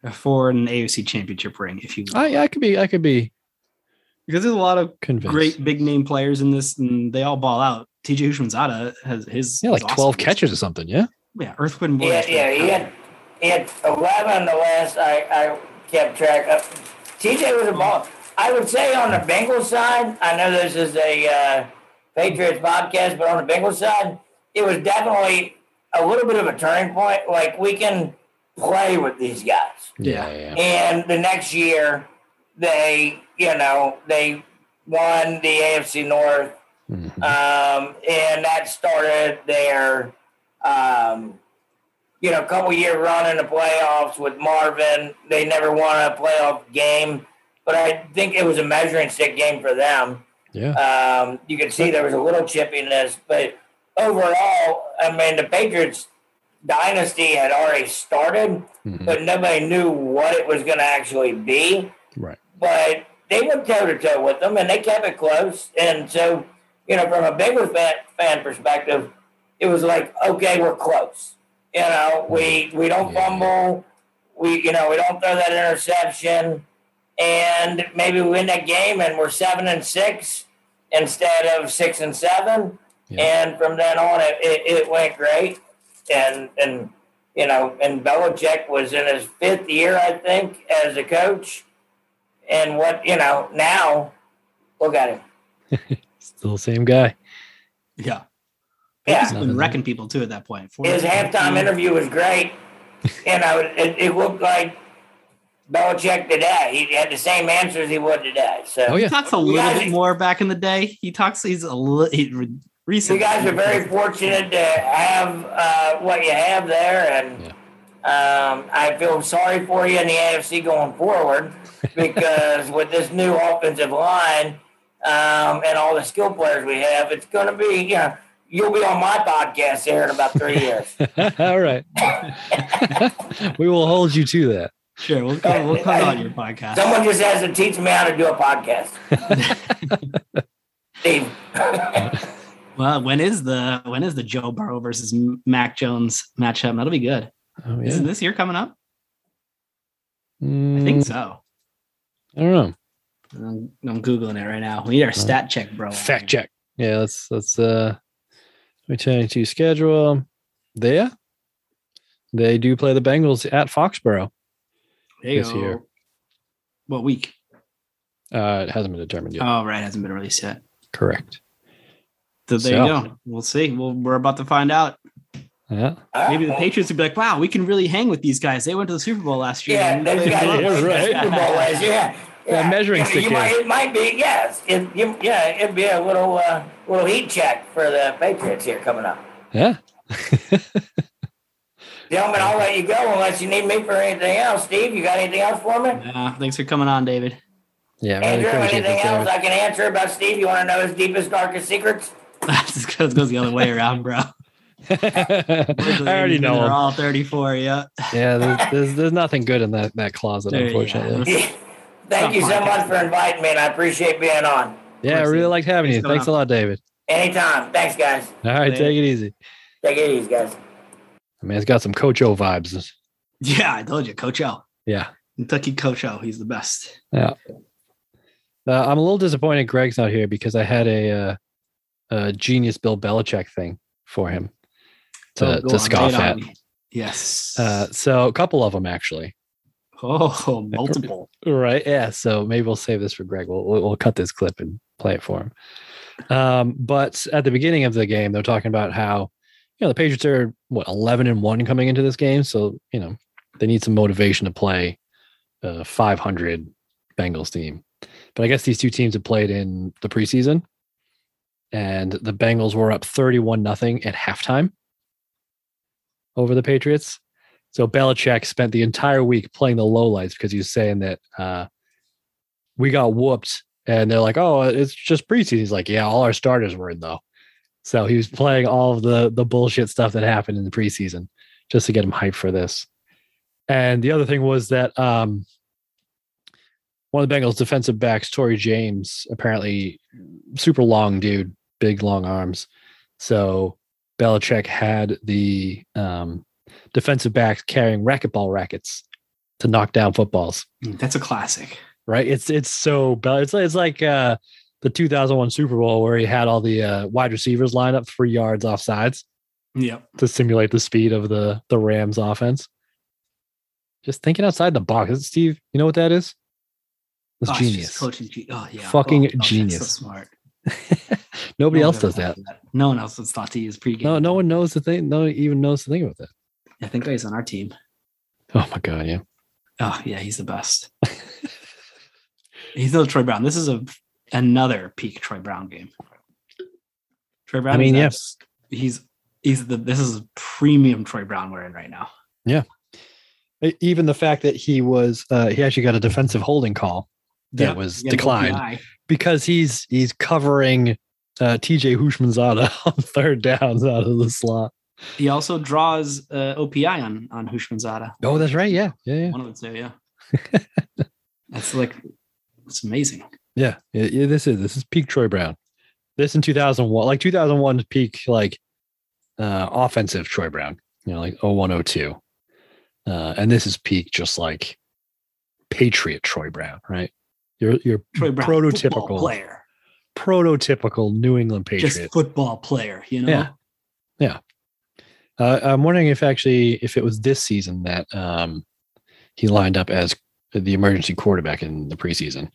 [SPEAKER 3] A four and an AOC championship ring, if you will.
[SPEAKER 2] I I could be I could be
[SPEAKER 3] because there's a lot of
[SPEAKER 2] convinced.
[SPEAKER 3] great big name players in this, and they all ball out. TJ Hushmanzada has his
[SPEAKER 2] Yeah, like
[SPEAKER 3] is awesome.
[SPEAKER 2] twelve catches or something. Yeah.
[SPEAKER 3] Yeah, Earth Wind
[SPEAKER 4] Yeah,
[SPEAKER 3] Warriors.
[SPEAKER 4] yeah, he had, he had 11 the last I, I kept track of. TJ was a ball. I would say on the Bengals side, I know this is a uh, Patriots podcast, but on the Bengals side, it was definitely a little bit of a turning point. Like, we can play with these guys.
[SPEAKER 3] Yeah.
[SPEAKER 2] yeah.
[SPEAKER 4] And the next year, they, you know, they won the AFC North
[SPEAKER 2] Mhm.
[SPEAKER 4] um, and that started their, um, you know, couple year run in the playoffs with Marvin. They never won a playoff game, but I think it was a measuring stick game for them.
[SPEAKER 2] Yeah.
[SPEAKER 4] Um, you could see there was a little chippiness, but overall, I mean, the Patriots dynasty had already started,
[SPEAKER 2] Mhm.
[SPEAKER 4] but nobody knew what it was going to actually be
[SPEAKER 2] Right.
[SPEAKER 4] but they went toe to toe with them, and they kept it close. And so, you know, from a Bengals fan, fan perspective, it was like, okay, we're close. You know, we we don't
[SPEAKER 2] Yeah.
[SPEAKER 4] fumble, we you know we don't throw that interception, and maybe we win that game, and we're seven and six instead of six and seven.
[SPEAKER 2] Yeah.
[SPEAKER 4] And from then on, it, it, it went great, and and you know, and Belichick was in his fifth year, I think, as a coach. And what you know now, look at him.
[SPEAKER 2] Still the same guy.
[SPEAKER 3] Yeah.
[SPEAKER 4] Yeah.
[SPEAKER 3] He's been wrecking people too at that point. Four-
[SPEAKER 4] His halftime interview was great. You know, it, it looked like Belichick today. He had the same answers he would today. So
[SPEAKER 2] Oh
[SPEAKER 3] He
[SPEAKER 2] yeah.
[SPEAKER 3] talks a little
[SPEAKER 4] guys-
[SPEAKER 3] bit more back in the day. He talks. He's a little he, re-
[SPEAKER 4] you
[SPEAKER 3] recently.
[SPEAKER 4] guys are very fortunate to have uh, what you have there, and um, I feel sorry for you in the AFC going forward because with this new offensive line um, and all the skill players we have, it's going to be you know you'll be on my podcast here in about three years.
[SPEAKER 2] All right. we will hold you to that.
[SPEAKER 3] Sure, we'll come, we'll come
[SPEAKER 4] I-
[SPEAKER 3] on your podcast.
[SPEAKER 4] Someone just has to teach me how to do a podcast. Steve.
[SPEAKER 3] Well, when is the when is the Joe Burrow versus M- Mac Jones matchup? That'll be good.
[SPEAKER 2] Oh
[SPEAKER 3] Isn't
[SPEAKER 2] yeah.
[SPEAKER 3] this year coming up? I
[SPEAKER 2] Mm,
[SPEAKER 3] think so.
[SPEAKER 2] I don't know.
[SPEAKER 3] I'm, I'm googling it right now. We need our stat check, bro.
[SPEAKER 2] Fact check. Yeah, that's that's uh returning to schedule. There. They do play the Bengals at Foxborough.
[SPEAKER 3] There you
[SPEAKER 2] this
[SPEAKER 3] go.
[SPEAKER 2] year.
[SPEAKER 3] What week?
[SPEAKER 2] Uh it hasn't been determined yet.
[SPEAKER 3] Oh, right, hasn't been released yet.
[SPEAKER 2] Correct.
[SPEAKER 3] So there
[SPEAKER 2] So.
[SPEAKER 3] you go. We'll see. We'll, we're about to find out.
[SPEAKER 2] Yeah.
[SPEAKER 3] Maybe the Patriots would be like, "Wow, we can really hang with these guys. They went to the Super Bowl last year."
[SPEAKER 4] Yeah,
[SPEAKER 3] and we
[SPEAKER 4] those
[SPEAKER 3] played well."
[SPEAKER 4] guys
[SPEAKER 2] Yeah,
[SPEAKER 4] yeah,
[SPEAKER 2] right.
[SPEAKER 4] Super Bowl was, yeah.
[SPEAKER 2] That
[SPEAKER 4] yeah.
[SPEAKER 2] measuring
[SPEAKER 4] You-
[SPEAKER 2] stick,
[SPEAKER 4] you might, it might be, yes. It, you, yeah, it'd be a little uh, little heat check for the Patriots here coming up.
[SPEAKER 2] Yeah.
[SPEAKER 4] Gentlemen, I'll let you go unless you need me for anything else. Steve, you got anything else for me?
[SPEAKER 3] Nah, thanks for coming on, David.
[SPEAKER 2] Yeah, I really
[SPEAKER 4] Andrew,
[SPEAKER 2] appreciate
[SPEAKER 4] anything
[SPEAKER 2] this.
[SPEAKER 4] else
[SPEAKER 2] David.
[SPEAKER 4] I can answer about Steve? You want to know his deepest, darkest secrets?
[SPEAKER 3] this goes goes the other way around, bro.
[SPEAKER 2] I already know.
[SPEAKER 3] They're
[SPEAKER 2] him.
[SPEAKER 3] all 34. Yeah.
[SPEAKER 2] Yeah, there's, there's there's nothing good in that that closet,
[SPEAKER 3] There you go.
[SPEAKER 2] unfortunately.
[SPEAKER 4] Thank you so much for inviting me, and I appreciate being on.
[SPEAKER 2] Yeah, I
[SPEAKER 3] course,
[SPEAKER 2] really
[SPEAKER 3] David.
[SPEAKER 2] liked having you.
[SPEAKER 3] Thanks for
[SPEAKER 2] Thanks a lot, David.
[SPEAKER 4] Anytime. Thanks, guys.
[SPEAKER 2] All right,
[SPEAKER 3] Later.
[SPEAKER 2] take it easy.
[SPEAKER 4] Take it easy, guys.
[SPEAKER 2] I mean, it's got some Coach O vibes.
[SPEAKER 3] Yeah, I told you, Coach O.
[SPEAKER 2] Yeah.
[SPEAKER 3] Kentucky Coach O. He's the best.
[SPEAKER 2] Uh, I'm a little disappointed Greg's not here because I had a, uh, a genius Bill Belichick thing for him to,
[SPEAKER 3] Oh, go
[SPEAKER 2] to
[SPEAKER 3] on,
[SPEAKER 2] scoff
[SPEAKER 3] lay it
[SPEAKER 2] at.
[SPEAKER 3] on me. Yes.
[SPEAKER 2] Uh, so, a couple of them actually.
[SPEAKER 3] oh, multiple.
[SPEAKER 2] Right. Yeah. So maybe we'll save this for Greg. We'll we'll we'll cut this clip and play it for him. Um, but at the beginning of the game, they're talking about how you know the Patriots are what eleven and one coming into this game, so you know they need some motivation to play a five hundred Bengals team. But I guess these two teams have played in the preseason, and the Bengals were up 31 nothing at halftime over the Patriots. So Belichick spent the entire week playing the lowlights because he was saying that uh, we got whooped, and they're like, "Oh, it's just preseason." He's like, "Yeah, all our starters were in though." So he was playing all of the the bullshit stuff that happened in the preseason just to get him hyped for this. And the other thing was that um, one of the Bengals' defensive backs, Tory James, apparently super long dude, big long arms. So Belichick had the um, defensive backs carrying racquetball rackets to knock down footballs.
[SPEAKER 3] That's a classic.
[SPEAKER 2] Right? It's it's so Bel- it's it's like uh, the 2001 Super Bowl where he had all the uh, wide receivers lined up three yards off sides
[SPEAKER 3] Yep.
[SPEAKER 2] to simulate the speed of the the Rams offense. Just thinking outside the box, Is it Steve. You know what that is? That's
[SPEAKER 3] Oh, it's just
[SPEAKER 2] genius.
[SPEAKER 3] Coaching ge- oh, yeah.
[SPEAKER 2] Fucking
[SPEAKER 3] that's
[SPEAKER 2] genius.
[SPEAKER 3] So smart.
[SPEAKER 2] Nobody
[SPEAKER 3] No one
[SPEAKER 2] else
[SPEAKER 3] ever
[SPEAKER 2] does
[SPEAKER 3] thought
[SPEAKER 2] that.
[SPEAKER 3] of No one else has thought to use pregame.
[SPEAKER 2] No, no one knows the thing. No one even knows the thing about that.
[SPEAKER 3] I think he's on our team.
[SPEAKER 2] Oh my god, yeah.
[SPEAKER 3] Oh yeah, he's the best. he's no Troy Brown. This is a another peak Troy Brown game. Troy Brown.
[SPEAKER 2] I
[SPEAKER 3] is
[SPEAKER 2] mean, yeah.
[SPEAKER 3] abs- He's he's the this is premium Troy Brown we're in right now.
[SPEAKER 2] E- Even the fact that he was uh, he actually got a defensive holding call that
[SPEAKER 3] Yep,
[SPEAKER 2] was
[SPEAKER 3] you gotta go
[SPEAKER 2] declined
[SPEAKER 3] PI.
[SPEAKER 2] because he's he's covering uh, TJ Hushmanzada on third downs out of the slot.
[SPEAKER 3] He also draws uh, OPI on on Hushmanzada.
[SPEAKER 2] Oh, that's right. Yeah, yeah, yeah.
[SPEAKER 3] One of the two, yeah. That's like it's amazing.
[SPEAKER 2] Yeah, yeah, yeah, this is this is peak Troy Brown. This in 2001, like 2001 's peak like uh offensive Troy Brown, you know, like 0102. Uh and this is peak just like Patriot Troy Brown, right? You're you're
[SPEAKER 3] Troy Brown, football
[SPEAKER 2] prototypical
[SPEAKER 3] player,
[SPEAKER 2] prototypical New England Patriot.
[SPEAKER 3] just football player. You know,
[SPEAKER 2] Yeah. Uh, I'm wondering if actually if it was this season that um he lined up as the emergency quarterback in the preseason.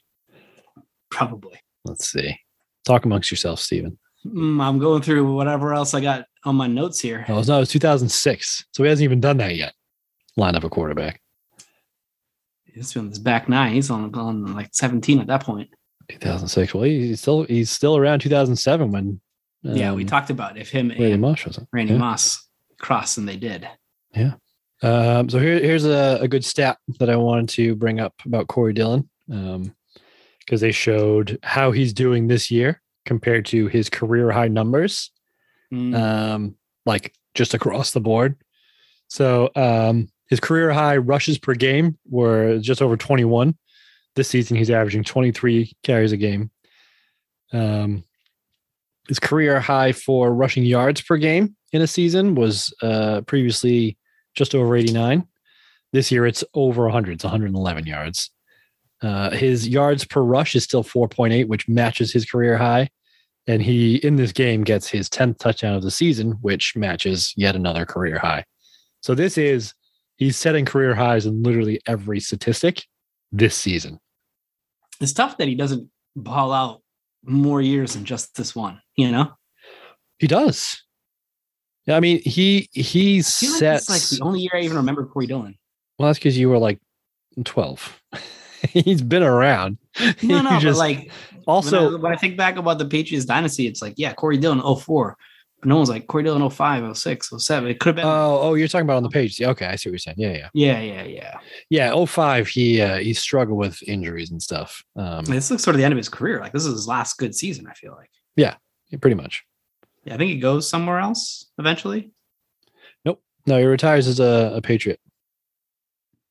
[SPEAKER 3] probably.
[SPEAKER 2] Let's see. Talk amongst yourselves, Steven.
[SPEAKER 3] Mm, I'm going through whatever else I got on my notes here.
[SPEAKER 2] Oh, No, it was, no, it was 2006. So he hasn't even done that yet. Line up a quarterback.
[SPEAKER 3] He's on his back nine. He's on, on like 17 at that point.
[SPEAKER 2] 2006. Well, he's still he's still around 2007 when
[SPEAKER 3] yeah, we
[SPEAKER 2] um,
[SPEAKER 3] talked about if him
[SPEAKER 2] Randy
[SPEAKER 3] and
[SPEAKER 2] Moss wasn't.
[SPEAKER 3] Randy
[SPEAKER 2] yeah.
[SPEAKER 3] Moss crossed, and they did.
[SPEAKER 2] Um, so here, here's a, a good stat that I wanted to bring up about Corey Dillon because they showed how he's doing this year compared to his career high numbers.
[SPEAKER 3] Mm,
[SPEAKER 2] um, like just across the board. So um, his career high rushes per game were just over 21. This season, he's averaging 23 carries a game. Um, his career high for rushing yards per game in a season was uh, previously just over 89. This year, it's over 100. It's 111 yards. Uh, his yards per rush is still 4.8, which matches his career high. And he, in this game, gets his 10th touchdown of the season, which matches yet another career high. So this is, he's setting career highs in literally every statistic this season.
[SPEAKER 3] it's tough that he doesn't ball out more years than just this one. You know,
[SPEAKER 2] He does. Yeah, I mean, he, he
[SPEAKER 3] I feel like
[SPEAKER 2] sets,
[SPEAKER 3] it's like the only year I even remember Corey Dillon.
[SPEAKER 2] well, that's because you were like 12. he's been around.
[SPEAKER 3] No,
[SPEAKER 2] You
[SPEAKER 3] no, but
[SPEAKER 2] just-
[SPEAKER 3] like
[SPEAKER 2] also,
[SPEAKER 3] when I, when I think back about the Patriots dynasty, it's like yeah, Corey Dillon 04. But no one's like Corey Dillon 05, 06, 07. It could have been.
[SPEAKER 2] oh, oh, you're talking about on the page. Yeah, Okay, I see what you're saying. Yeah, yeah.
[SPEAKER 3] yeah, yeah, yeah.
[SPEAKER 2] Yeah, 05, he, uh, he struggled with injuries and stuff. Um,
[SPEAKER 3] This looks sort of the end of his career. Like this is his last good season. I feel like.
[SPEAKER 2] pretty much.
[SPEAKER 3] Yeah, I think he goes somewhere else eventually.
[SPEAKER 2] No, he retires as a, a Patriot.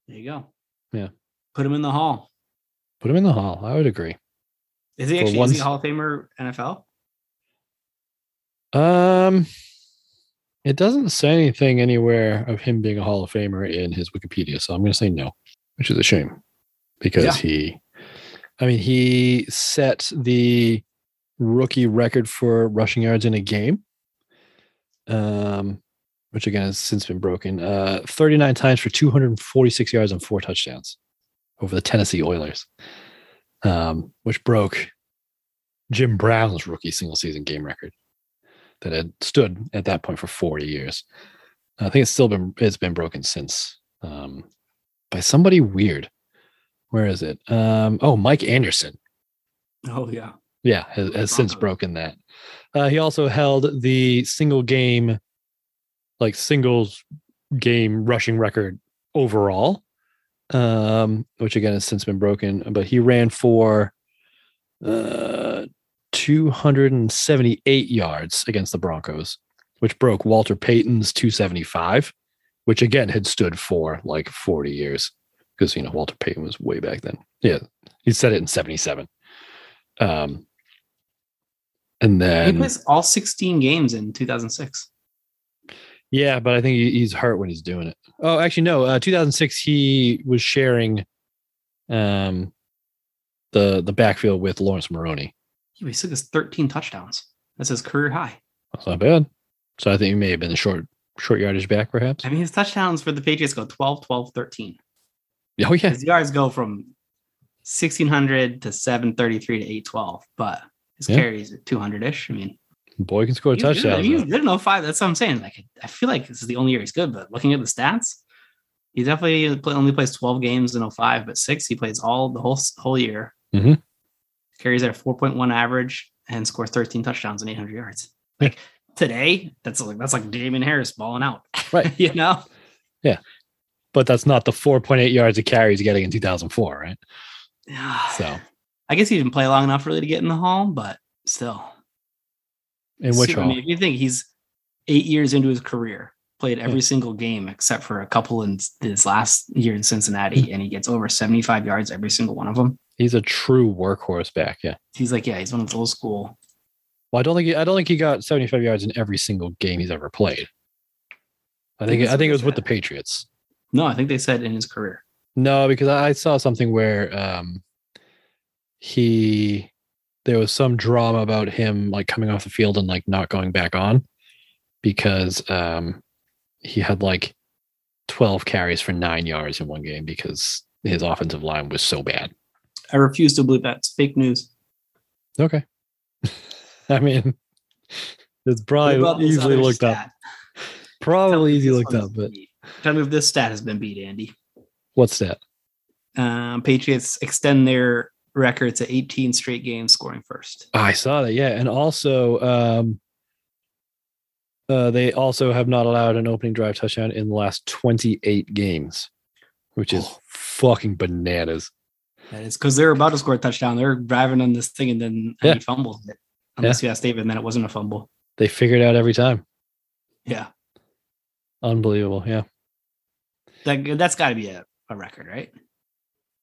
[SPEAKER 3] There you go.
[SPEAKER 2] Yeah.
[SPEAKER 3] Put him in the hall.
[SPEAKER 2] Put him in the hall. I would agree.
[SPEAKER 3] Is he
[SPEAKER 2] For
[SPEAKER 3] actually is
[SPEAKER 2] once-
[SPEAKER 3] he a Hall of Famer NFL?
[SPEAKER 2] Um, it doesn't say anything anywhere of him being a Hall of Famer in his Wikipedia, so I'm going to say no, which is a shame because
[SPEAKER 3] Yeah.
[SPEAKER 2] he, I mean, he set the rookie record for rushing yards in a game. Um, which again has since been broken. Uh, 39 times for 246 yards and four touchdowns over the Tennessee Oilers, um, which broke Jim Brown's rookie single season game record that had stood at that point for 40 years. I think it's still been it's been broken since um, by somebody weird. Where is it? Um, oh, Mike Anderson
[SPEAKER 3] Oh yeah.
[SPEAKER 2] Yeah, has, has since broken that. Uh, he also held the single game, like singles game rushing record overall, um, which again has since been broken. But he ran for uh, 278 yards against the Broncos, which broke Walter Payton's 275, which again had stood for like 40 years because you know Walter Payton was way back then. Yeah, he said it in 77. Um, and
[SPEAKER 3] he
[SPEAKER 2] then,
[SPEAKER 3] plays all 16 games in 2006.
[SPEAKER 2] yeah, but I think he, he's hurt when he's doing it. Oh, actually, no. Uh, 2006, he was sharing um, the the backfield with Lawrence Maroney.
[SPEAKER 3] He took his 13 touchdowns. That's his career high.
[SPEAKER 2] That's not bad. So I think he may have been the short short yardage back, perhaps.
[SPEAKER 3] I mean, his touchdowns for the Patriots go 12, 12, 13.
[SPEAKER 2] Oh yeah,
[SPEAKER 3] His yards go from 1600 to 733 to 812, but his
[SPEAKER 2] Yeah.
[SPEAKER 3] carries are 200 ish. I mean,
[SPEAKER 2] boy can score a
[SPEAKER 3] he was good.
[SPEAKER 2] touchdown.
[SPEAKER 3] He was good enough five. That's what I'm saying. Like, I feel like this is the only year he's good, but looking at the stats, he definitely play- only plays 12 games in 05, but six, he plays all the whole s- whole year.
[SPEAKER 2] Mhm.
[SPEAKER 3] Carries at a 4.1 average and scores 13 touchdowns and 800 yards. Like today, that's like that's like Damon Harris balling out,
[SPEAKER 2] Right.
[SPEAKER 3] you know?
[SPEAKER 2] But that's not the 4.8 yards a carry he's getting in 2004, right? So,
[SPEAKER 3] So I guess he didn't play long enough really to get in the hall, but still.
[SPEAKER 2] in which
[SPEAKER 3] So, I
[SPEAKER 2] hall?
[SPEAKER 3] mean, if you think he's eight years into his career, played every single game except for a couple in s- his last year in
[SPEAKER 2] Mm-hmm.
[SPEAKER 3] Cincinnati, and he gets over 75 yards every single one of them.
[SPEAKER 2] He's a true workhorse back. Yeah.
[SPEAKER 3] He's like, yeah, he's one of those old school.
[SPEAKER 2] Well, I don't think he, I don't think he got 75 yards in every single game he's ever played. I think I think it was with the Patriots.
[SPEAKER 3] No, I think they said in his career.
[SPEAKER 2] No, because I I saw something where um he there was some drama about him like coming off the field and like not going back on because um he had like 12 carries for 9 yards in one game because his offensive line was so bad.
[SPEAKER 3] I refuse to believe that's fake news.
[SPEAKER 2] Okay. I mean it's
[SPEAKER 3] What about
[SPEAKER 2] probably
[SPEAKER 3] this
[SPEAKER 2] easily
[SPEAKER 3] other
[SPEAKER 2] looked up.
[SPEAKER 3] stat? Tell
[SPEAKER 2] Probably
[SPEAKER 3] me
[SPEAKER 2] easily looked
[SPEAKER 3] this one's
[SPEAKER 2] up, but
[SPEAKER 3] beat. tell me if this stat has been beat, Andy.
[SPEAKER 2] what's that?
[SPEAKER 3] Um, Patriots extend their record to 18 straight games scoring first.
[SPEAKER 2] Ah, I saw that, yeah. And also, um, uh, they also have not allowed an opening drive touchdown in the last 28 games, which is
[SPEAKER 3] Oh.
[SPEAKER 2] fucking bananas.
[SPEAKER 3] That is because they're about to score a touchdown. They're driving on this thing and then
[SPEAKER 2] Yeah.
[SPEAKER 3] and he fumbles it. Unless you ask David, and then it wasn't a fumble.
[SPEAKER 2] They figure it out every time.
[SPEAKER 3] Yeah.
[SPEAKER 2] Unbelievable. Yeah.
[SPEAKER 3] That, that's got to be a, a record, right?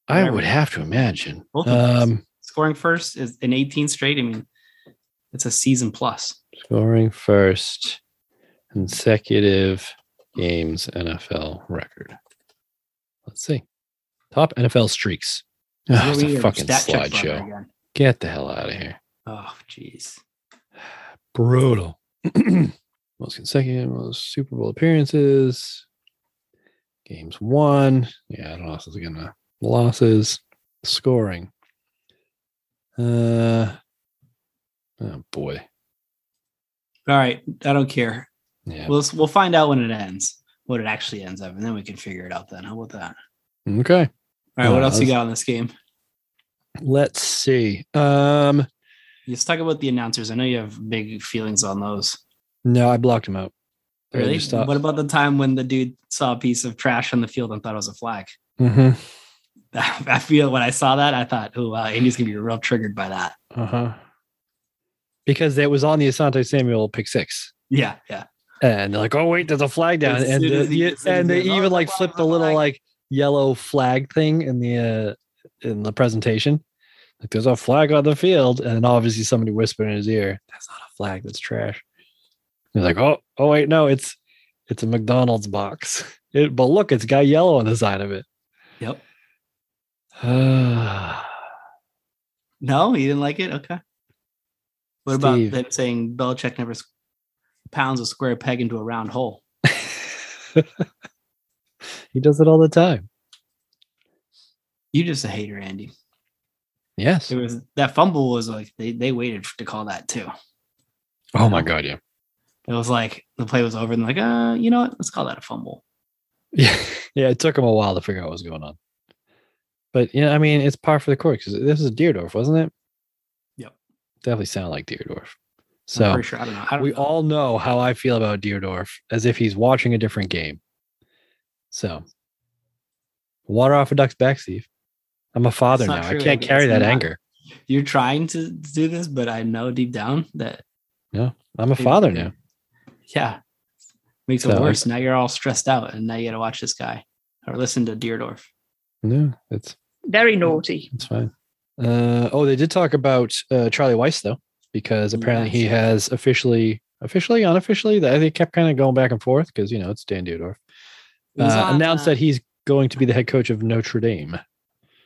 [SPEAKER 2] I
[SPEAKER 3] Whatever.
[SPEAKER 2] would have to imagine.
[SPEAKER 3] Both of those.
[SPEAKER 2] Um,
[SPEAKER 3] Scoring first is in 18 straight. I mean, it's a season plus.
[SPEAKER 2] scoring first consecutive games NFL record. Let's see. Top NFL streaks. Oh, it's
[SPEAKER 3] Here we
[SPEAKER 2] a
[SPEAKER 3] are,
[SPEAKER 2] fucking
[SPEAKER 3] stat check button
[SPEAKER 2] slideshow.
[SPEAKER 3] again.
[SPEAKER 2] Get the hell out of here.
[SPEAKER 3] Oh, jeez.
[SPEAKER 2] brutal. most consecutive, most Super Bowl appearances, games won. Yeah, I don't know if this is gonna losses, scoring. Uh, oh boy,
[SPEAKER 3] All right. I don't care.
[SPEAKER 2] yeah,
[SPEAKER 3] We'll, we'll find out when it ends, what it actually ends up, and then we can figure it out then. How about that?
[SPEAKER 2] okay.
[SPEAKER 3] All right.
[SPEAKER 2] Yeah,
[SPEAKER 3] what else you
[SPEAKER 2] that's-
[SPEAKER 3] got on this game?
[SPEAKER 2] Let's see. Um,
[SPEAKER 3] Let's talk about the announcers. I know you have big feelings on those.
[SPEAKER 2] no, I blocked him out. I
[SPEAKER 3] Really?
[SPEAKER 2] just thought-
[SPEAKER 3] What about the time when the dude saw a piece of trash on the field and thought it was a flag?
[SPEAKER 2] Mhm.
[SPEAKER 3] I feel when I saw that, I thought, oh, wow, Andy's going to be real triggered by that.
[SPEAKER 2] Uh-huh. Because it was on the Asante Samuel pick six.
[SPEAKER 3] Yeah, yeah.
[SPEAKER 2] and they're like, "Oh wait, there's a flag down,"
[SPEAKER 3] As
[SPEAKER 2] and
[SPEAKER 3] soon
[SPEAKER 2] the,
[SPEAKER 3] as he-
[SPEAKER 2] the-
[SPEAKER 3] as soon as
[SPEAKER 2] and
[SPEAKER 3] he
[SPEAKER 2] they
[SPEAKER 3] goes, "Oh,
[SPEAKER 2] even
[SPEAKER 3] the
[SPEAKER 2] like
[SPEAKER 3] flag,
[SPEAKER 2] flipped
[SPEAKER 3] the
[SPEAKER 2] the little
[SPEAKER 3] flag."
[SPEAKER 2] like yellow flag thing in the uh in the presentation. Like, there's a flag on the field, and then obviously somebody whispered in his ear, "That's not a flag. That's trash." He's like, "Oh, oh wait, no, it's it's a McDonald's box. It, but look, it's got yellow on the side of it."
[SPEAKER 3] Yep.
[SPEAKER 2] yeah,
[SPEAKER 3] No, you didn't like it? Okay. What
[SPEAKER 2] Steve.
[SPEAKER 3] about them saying Belichick never s- pounds a square peg into a round hole?
[SPEAKER 2] he does it all the time.
[SPEAKER 3] You just a hater, Andy.
[SPEAKER 2] Yes.
[SPEAKER 3] It was that fumble was like they, they waited to call that too.
[SPEAKER 2] Oh my god, yeah.
[SPEAKER 3] It was like the play was over and like, uh, you know what? Let's call that a fumble.
[SPEAKER 2] Yeah, yeah. It took him a while to figure out what was going on, but yeah, I mean, it's par for the course. 'cause This is Deerdorf, wasn't it? Definitely sound like Deerdorf.
[SPEAKER 3] I'm
[SPEAKER 2] So
[SPEAKER 3] pretty sure. I don't know. I don't
[SPEAKER 2] we
[SPEAKER 3] know.
[SPEAKER 2] all know how I feel about Deerdorf, as if he's watching a different game. So water off a duck's back, Steve. I'm a father now.
[SPEAKER 3] That's not
[SPEAKER 2] I
[SPEAKER 3] true.
[SPEAKER 2] can't carry
[SPEAKER 3] That's
[SPEAKER 2] that
[SPEAKER 3] not-
[SPEAKER 2] anger.
[SPEAKER 3] You're trying to do this, but I know deep down that
[SPEAKER 2] I'm a
[SPEAKER 3] it-
[SPEAKER 2] father
[SPEAKER 3] it-
[SPEAKER 2] now.
[SPEAKER 3] Yeah, makes
[SPEAKER 2] So,
[SPEAKER 3] it
[SPEAKER 2] I-
[SPEAKER 3] worse. now you're all stressed out, and now you got to watch this guy or listen to Deerdorf.
[SPEAKER 2] No, that's
[SPEAKER 5] Very naughty.
[SPEAKER 2] It's fine. Uh, oh, they did talk about uh, Charlie Weiss though, because apparently he
[SPEAKER 3] Yes.
[SPEAKER 2] has officially, officially, unofficially, that they kept kind of going back and forth because you know it's Dan Dudorf
[SPEAKER 3] It was
[SPEAKER 2] uh,
[SPEAKER 3] on,
[SPEAKER 2] announced
[SPEAKER 3] uh,
[SPEAKER 2] that he's going to be the head coach of Notre Dame.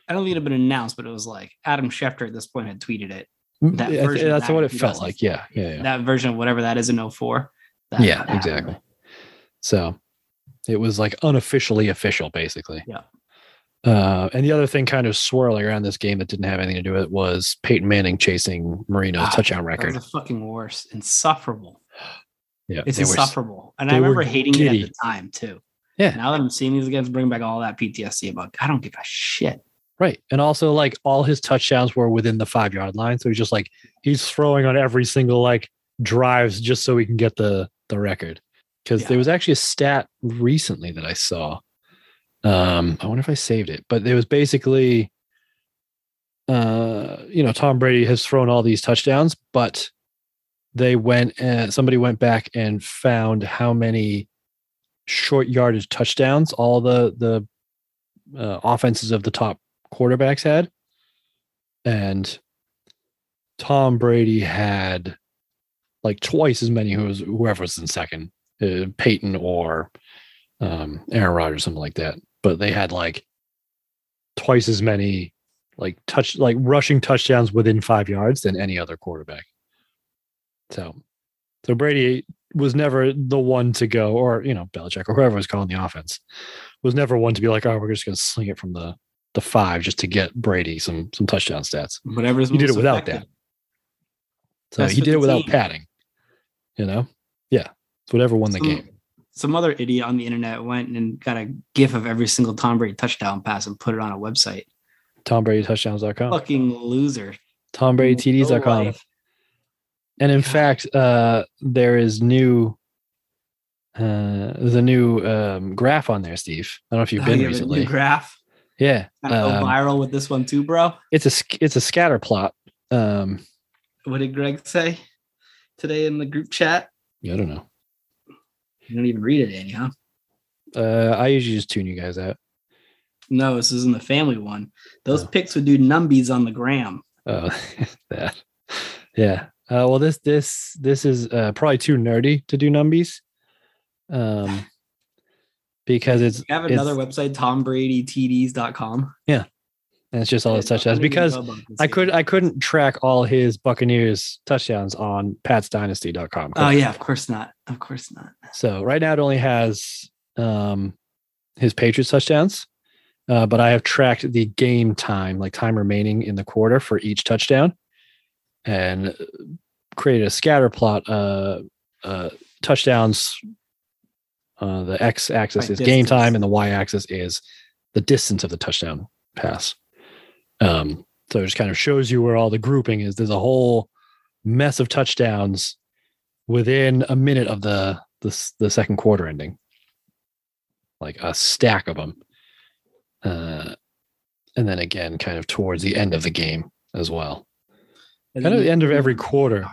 [SPEAKER 3] I don't think it had been announced, but it was like Adam Schefter at this point had tweeted it. that
[SPEAKER 2] Yeah, Mm, I
[SPEAKER 3] version of
[SPEAKER 2] that's
[SPEAKER 3] that
[SPEAKER 2] what
[SPEAKER 3] in
[SPEAKER 2] it felt
[SPEAKER 3] 2000.
[SPEAKER 2] like. Yeah, yeah, yeah.
[SPEAKER 3] That version of whatever that is in 04. that-
[SPEAKER 2] yeah,
[SPEAKER 3] that
[SPEAKER 2] exactly. So it was like unofficially official, basically.
[SPEAKER 3] Yeah.
[SPEAKER 2] Uh, and the other thing kind of swirling around this game that didn't have anything to do with it was Peyton Manning chasing Marino's
[SPEAKER 3] Ah,
[SPEAKER 2] touchdown
[SPEAKER 3] That
[SPEAKER 2] record.
[SPEAKER 3] was the fucking worst. Insufferable.
[SPEAKER 2] yeah,
[SPEAKER 3] It's
[SPEAKER 2] they were s-
[SPEAKER 3] insufferable. And I
[SPEAKER 2] they were
[SPEAKER 3] remember hating it at
[SPEAKER 2] giddy.
[SPEAKER 3] the time too.
[SPEAKER 2] Yeah.
[SPEAKER 3] Now that I'm seeing these guys bring back all that PTSD about, I don't give a shit.
[SPEAKER 2] Right. And also like all his touchdowns were within the five yard line. So he's just like he's throwing on every single like drives just so he can get the the record. Because
[SPEAKER 3] Yeah.
[SPEAKER 2] there was actually a stat recently that I saw. Um, I wonder if I saved it, but it was basically uh, you know, Tom Brady has thrown all these touchdowns, but they went and somebody went back and found how many short yardage touchdowns all the the uh, offenses of the top quarterbacks had. And Tom Brady had like twice as many who was whoever was in second, uh, Peyton or um, Aaron Rodgers, something like that. But they had like twice as many like touch like rushing touchdowns within five yards than any other quarterback. So, so Brady was never the one to go, or you know Belichick or whoever was calling the offense was never one to be like, oh, we're just going to sling it from the the five just to get Brady some some touchdown stats.
[SPEAKER 3] Whatever's
[SPEAKER 2] He did
[SPEAKER 3] most
[SPEAKER 2] it without
[SPEAKER 3] effective.
[SPEAKER 2] So
[SPEAKER 3] That's
[SPEAKER 2] he
[SPEAKER 3] what
[SPEAKER 2] did
[SPEAKER 3] the
[SPEAKER 2] it without
[SPEAKER 3] team-
[SPEAKER 2] padding. You know, yeah, it's whatever won the
[SPEAKER 3] Some-
[SPEAKER 2] game.
[SPEAKER 3] Some other idiot on the internet went and got a gif of every single Tom Brady touchdown pass and put it on a website.
[SPEAKER 2] Tom Brady touchdowns.com,
[SPEAKER 3] Fucking loser.
[SPEAKER 2] Tom Brady TDs.com.
[SPEAKER 3] life.
[SPEAKER 2] And in
[SPEAKER 3] God.
[SPEAKER 2] fact, uh, there is new. Uh, there's a new um, graph on there, Steve. I don't know if you've
[SPEAKER 3] Oh,
[SPEAKER 2] been
[SPEAKER 3] you have a
[SPEAKER 2] recently.
[SPEAKER 3] new graph.
[SPEAKER 2] yeah,
[SPEAKER 3] Gotta go
[SPEAKER 2] um,
[SPEAKER 3] viral with this one too, bro.
[SPEAKER 2] it's a sc- it's a scatter plot. Um,
[SPEAKER 3] What did Greg say today in the group chat?
[SPEAKER 2] yeah, I don't know.
[SPEAKER 3] You don't even read it, Annie, huh?
[SPEAKER 2] Uh, I usually just tune you guys out.
[SPEAKER 3] No, this isn't the family one. Those
[SPEAKER 2] Oh.
[SPEAKER 3] pics would do numbies on the gram.
[SPEAKER 2] Oh, that. Yeah. Uh, well, this this this is uh, probably too nerdy to do numbies, um, because it's
[SPEAKER 3] We have
[SPEAKER 2] it's-
[SPEAKER 3] another website, tombbradytds.com.
[SPEAKER 2] and it's just all his
[SPEAKER 3] I didn't
[SPEAKER 2] touchdowns.
[SPEAKER 3] even
[SPEAKER 2] Because
[SPEAKER 3] know about this
[SPEAKER 2] I
[SPEAKER 3] thing.
[SPEAKER 2] could I couldn't track all his Buccaneers touchdowns on PatsDynasty.com.
[SPEAKER 3] Oh yeah, of course not. Of course not.
[SPEAKER 2] So right now it only has um, his Patriots touchdowns, uh, but I have tracked the game time, like time remaining in the quarter for each touchdown, and created a scatter plot. Uh, uh, touchdowns. Uh, the x-axis
[SPEAKER 3] Right,
[SPEAKER 2] is game
[SPEAKER 3] distance.
[SPEAKER 2] time, and the y-axis is the distance of the touchdown pass. Um, so it just kind of shows you where all the grouping is. There's a whole mess of touchdowns within a minute of the the, s- the second quarter ending, like a stack of them. Uh, and then again, kind of towards the end of the game as well.
[SPEAKER 3] And
[SPEAKER 2] Kind of
[SPEAKER 3] then-
[SPEAKER 2] the end of every quarter,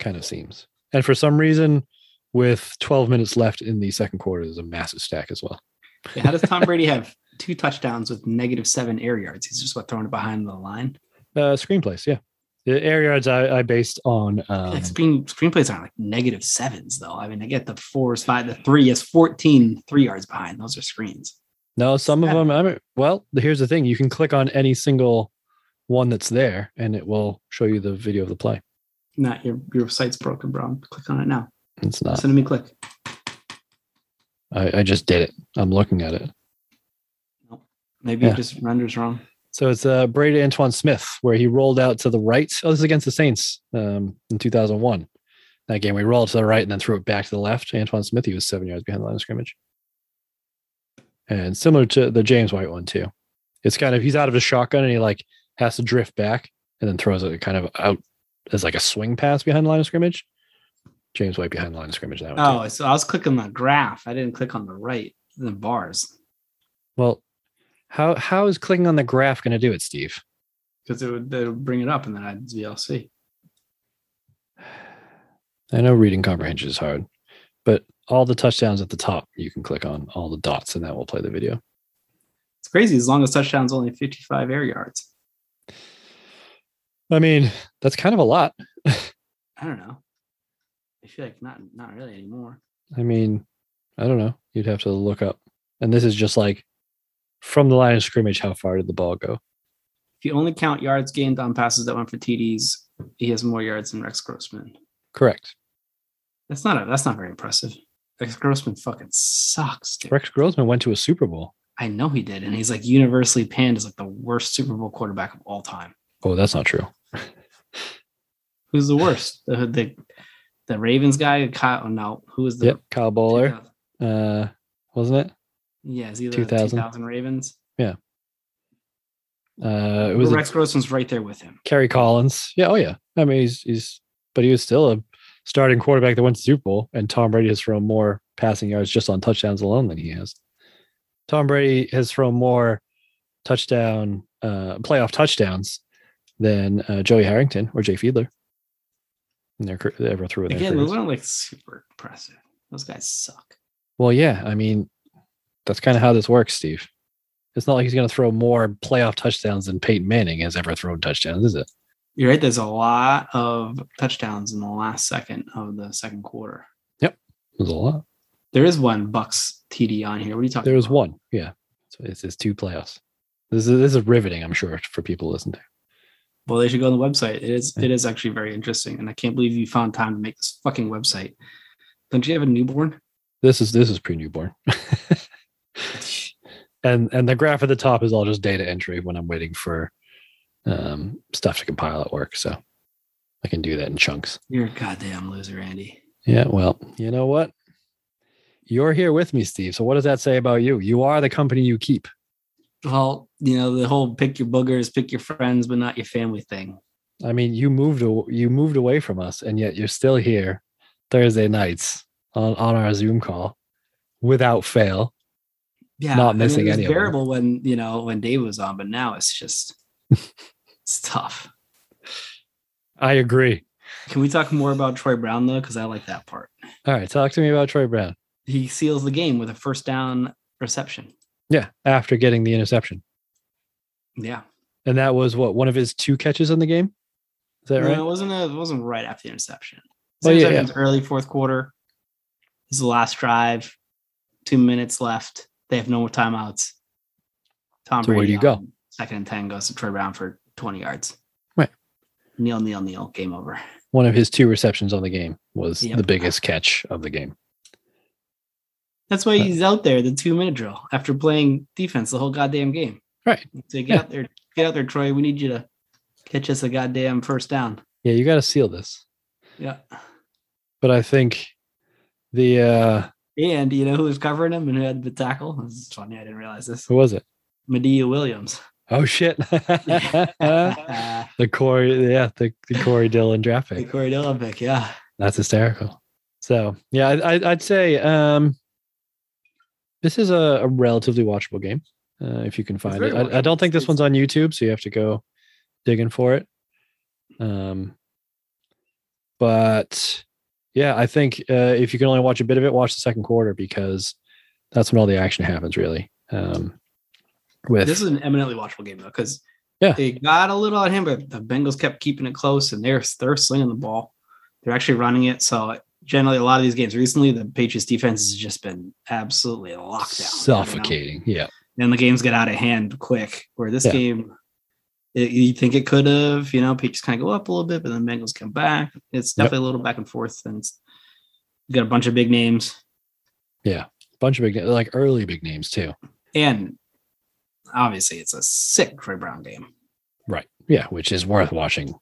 [SPEAKER 2] kind of seems. And for some reason, with 12 minutes left in the second quarter, there's a massive stack as well.
[SPEAKER 3] Yeah, How does Tom Brady have two touchdowns with negative seven air yards? He's just what throwing it behind the line.
[SPEAKER 2] Uh, screenplays, yeah. The air yards I, I based on. Um,
[SPEAKER 3] like screen screenplays aren't like negative sevens though. I mean, I get the fours, five, the three is 14 three yards behind. Those are screens.
[SPEAKER 2] No, some of
[SPEAKER 3] Yeah.
[SPEAKER 2] them. I mean, well, here's the thing: you can click on any single one that's there, and it will show you the video of the play.
[SPEAKER 3] Not your your site's broken, bro. Click on it now.
[SPEAKER 2] It's not.
[SPEAKER 3] Send me a click.
[SPEAKER 2] I, I just did it. I'm looking at it.
[SPEAKER 3] Maybe
[SPEAKER 2] Yeah.
[SPEAKER 3] it just renders wrong.
[SPEAKER 2] So it's uh, Brady Antoine Smith, where he rolled out to the right. Oh, this is against the Saints um, in 2001. That game, we rolled to the right and then threw it back to the left. Antoine Smith, he was seven yards behind the line of scrimmage. And similar to the James White one, too. It's kind of, he's out of his shotgun and he like has to drift back and then throws it kind of out as like a swing pass behind the line of scrimmage. James White behind the line of scrimmage that one. too.
[SPEAKER 3] Oh, so I was clicking the graph. I didn't click on the right, the bars,
[SPEAKER 2] Well, how how is clicking on the graph going to do it, Steve?
[SPEAKER 3] because it would, they would bring it up and then I'd VLC.
[SPEAKER 2] I know reading comprehension is hard, but all the touchdowns at the top you can click on all the dots and that will play the video.
[SPEAKER 3] It's crazy as long as touchdowns only 55 air yards.
[SPEAKER 2] I mean, that's kind of a lot.
[SPEAKER 3] I don't know. I feel like not not really anymore.
[SPEAKER 2] I mean, I don't know. You'd have to look up. And this is just like from the line of scrimmage, how far did the ball go?
[SPEAKER 3] If you only count yards gained on passes that went for TDs, he has more yards than Rex Grossman.
[SPEAKER 2] Correct.
[SPEAKER 3] That's not a, that's not very impressive. Rex Grossman fucking sucks. Dude.
[SPEAKER 2] Rex Grossman went to a Super Bowl.
[SPEAKER 3] I know he did, and he's like universally panned as like the worst Super Bowl quarterback of all time.
[SPEAKER 2] Oh, that's not true.
[SPEAKER 3] Who's the worst? The the, the Ravens guy? Kyle? oh, No, who was the
[SPEAKER 2] Yep. Kyle Bowler. Uh, wasn't
[SPEAKER 3] Yeah, it's either
[SPEAKER 2] 2000.
[SPEAKER 3] 2000. 2000 Ravens.
[SPEAKER 2] it? Uh, it was
[SPEAKER 3] Rex Grossman's right there with him.
[SPEAKER 2] Kerry Collins. Yeah. Oh, yeah. I mean, he's, he's, but he was still a starting quarterback that went to Super Bowl, and Tom Brady has thrown more passing yards just on touchdowns alone than he has. Tom Brady has thrown more touchdown, uh, playoff touchdowns than uh, Joey Harrington or Jay Fiedler. And they're they ever threw in their
[SPEAKER 3] Again,
[SPEAKER 2] careers.
[SPEAKER 3] those aren't like super impressive. Those guys suck.
[SPEAKER 2] Well, yeah. I mean, that's kind of how this works, Steve. It's not like he's going to throw more playoff touchdowns than Peyton Manning has ever thrown touchdowns, is it?
[SPEAKER 3] You're right. There's a lot of touchdowns in the last second of the second quarter.
[SPEAKER 2] There's a lot.
[SPEAKER 3] There is one Bucks TD on here. What are you talking?
[SPEAKER 2] There was
[SPEAKER 3] about?
[SPEAKER 2] one. Yeah. So it's, it's two playoffs. This is, this is riveting, I'm sure, for people listening.
[SPEAKER 3] Well, they should go on the website. It is. It is actually very interesting, and I can't believe you found time to make this fucking website. Don't you have a newborn?
[SPEAKER 2] This is this is pre-newborn. and and the graph at the top is all just data entry when I'm waiting for um, stuff to compile at work. So I can do that in chunks.
[SPEAKER 3] You're a goddamn loser, Andy.
[SPEAKER 2] Yeah, well, you know what? You're here with me, Steve. So what does that say about you? You are the company you keep.
[SPEAKER 3] Well, you know the whole pick your boogers, pick your friends, but not your family thing.
[SPEAKER 2] I mean, you moved aw- you moved away from us, and yet you're still here Thursday nights on, on our Zoom call without fail.
[SPEAKER 3] yeah,
[SPEAKER 2] not
[SPEAKER 3] I mean, it
[SPEAKER 2] missing
[SPEAKER 3] was
[SPEAKER 2] any of them.
[SPEAKER 3] Terrible when you know when Dave was on, but now it's just it's tough.
[SPEAKER 2] I agree.
[SPEAKER 3] Can we talk more about Troy Brown though? Because I like that part.
[SPEAKER 2] All right, talk to me about Troy Brown.
[SPEAKER 3] He seals the game with a first down reception.
[SPEAKER 2] Yeah, after getting the interception,
[SPEAKER 3] Yeah,
[SPEAKER 2] and that was what one of his two catches in the game. Is that
[SPEAKER 3] No,
[SPEAKER 2] right?
[SPEAKER 3] it wasn't a, it wasn't right after the interception.
[SPEAKER 2] Oh,
[SPEAKER 3] The
[SPEAKER 2] yeah,
[SPEAKER 3] interception was early fourth quarter. This is the last drive. Two minutes left. They have no more timeouts. Tom
[SPEAKER 2] So where do you
[SPEAKER 3] on
[SPEAKER 2] go?
[SPEAKER 3] Second and ten goes to Troy Brown for twenty yards.
[SPEAKER 2] Right.
[SPEAKER 3] Kneel, kneel, kneel. Game over.
[SPEAKER 2] One of his two receptions on the game was
[SPEAKER 3] Yep.
[SPEAKER 2] the biggest catch of the game.
[SPEAKER 3] That's why he's out there the two minute drill after playing defense the whole goddamn game.
[SPEAKER 2] Right.
[SPEAKER 3] So get
[SPEAKER 2] Yeah.
[SPEAKER 3] out there, get out there, Troy. We need you to catch us a goddamn first down.
[SPEAKER 2] Yeah, you got to seal this.
[SPEAKER 3] Yeah.
[SPEAKER 2] But I think the uh
[SPEAKER 3] And you know who was covering him and who had the tackle? This is funny. I didn't realize this.
[SPEAKER 2] who was it?
[SPEAKER 3] Medea Williams.
[SPEAKER 2] Oh shit! the
[SPEAKER 3] the
[SPEAKER 2] Corey, yeah, the, the Corey Dillon draft pick.
[SPEAKER 3] Corey Dillon pick, yeah.
[SPEAKER 2] That's hysterical. So yeah, I, I, I'd say um, this is a, a relatively watchable game uh, if you can find
[SPEAKER 3] very
[SPEAKER 2] it. I, I don't
[SPEAKER 3] watchable.
[SPEAKER 2] think this
[SPEAKER 3] It's-
[SPEAKER 2] one's on YouTube, so you have to go digging for it. Um, but yeah, I think uh, if you can only watch a bit of it, watch the second quarter because that's when all the action happens. Really, um, with
[SPEAKER 3] This is an eminently watchable game though, because
[SPEAKER 2] Yeah.
[SPEAKER 3] they got a little on him, but the Bengals kept keeping it close and they're they're slinging the ball. They're actually running it. So generally, a lot of these games recently, the Patriots defense has just been absolutely locked down,
[SPEAKER 2] suffocating, yeah,
[SPEAKER 3] and the games get out of hand quick. Where this
[SPEAKER 2] Yeah.
[SPEAKER 3] game, it, you think it could have, you know, Patriots kind of go up a little bit, but then Bengals come back. It's
[SPEAKER 2] Yep.
[SPEAKER 3] definitely a little back and forth, and it's you got a bunch of big names.
[SPEAKER 2] bunch of big like early big names too.
[SPEAKER 3] And obviously, it's a sick Troy Brown game.
[SPEAKER 2] Right. Yeah, which is worth watching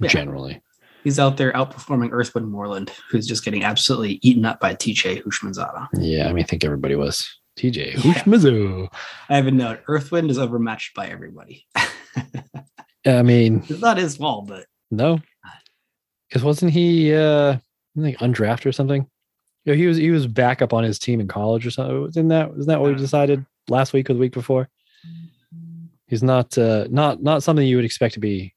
[SPEAKER 3] Yeah.
[SPEAKER 2] generally.
[SPEAKER 3] He's out there outperforming Earthwood Moreland, who's just getting absolutely eaten up by TJ Hushmanzada.
[SPEAKER 2] Yeah, I mean, I think everybody was. TJ
[SPEAKER 3] Yeah.
[SPEAKER 2] Hushmazoo.
[SPEAKER 3] I have a note. Earthwind is overmatched by everybody.
[SPEAKER 2] I mean,
[SPEAKER 3] it's not his fault, but
[SPEAKER 2] no. Because wasn't he uh I think undrafted or something? You know, he was he was backup on his team in college or something. Isn't that isn't that what we decided last week or the week before? He's not uh not not something you would expect to be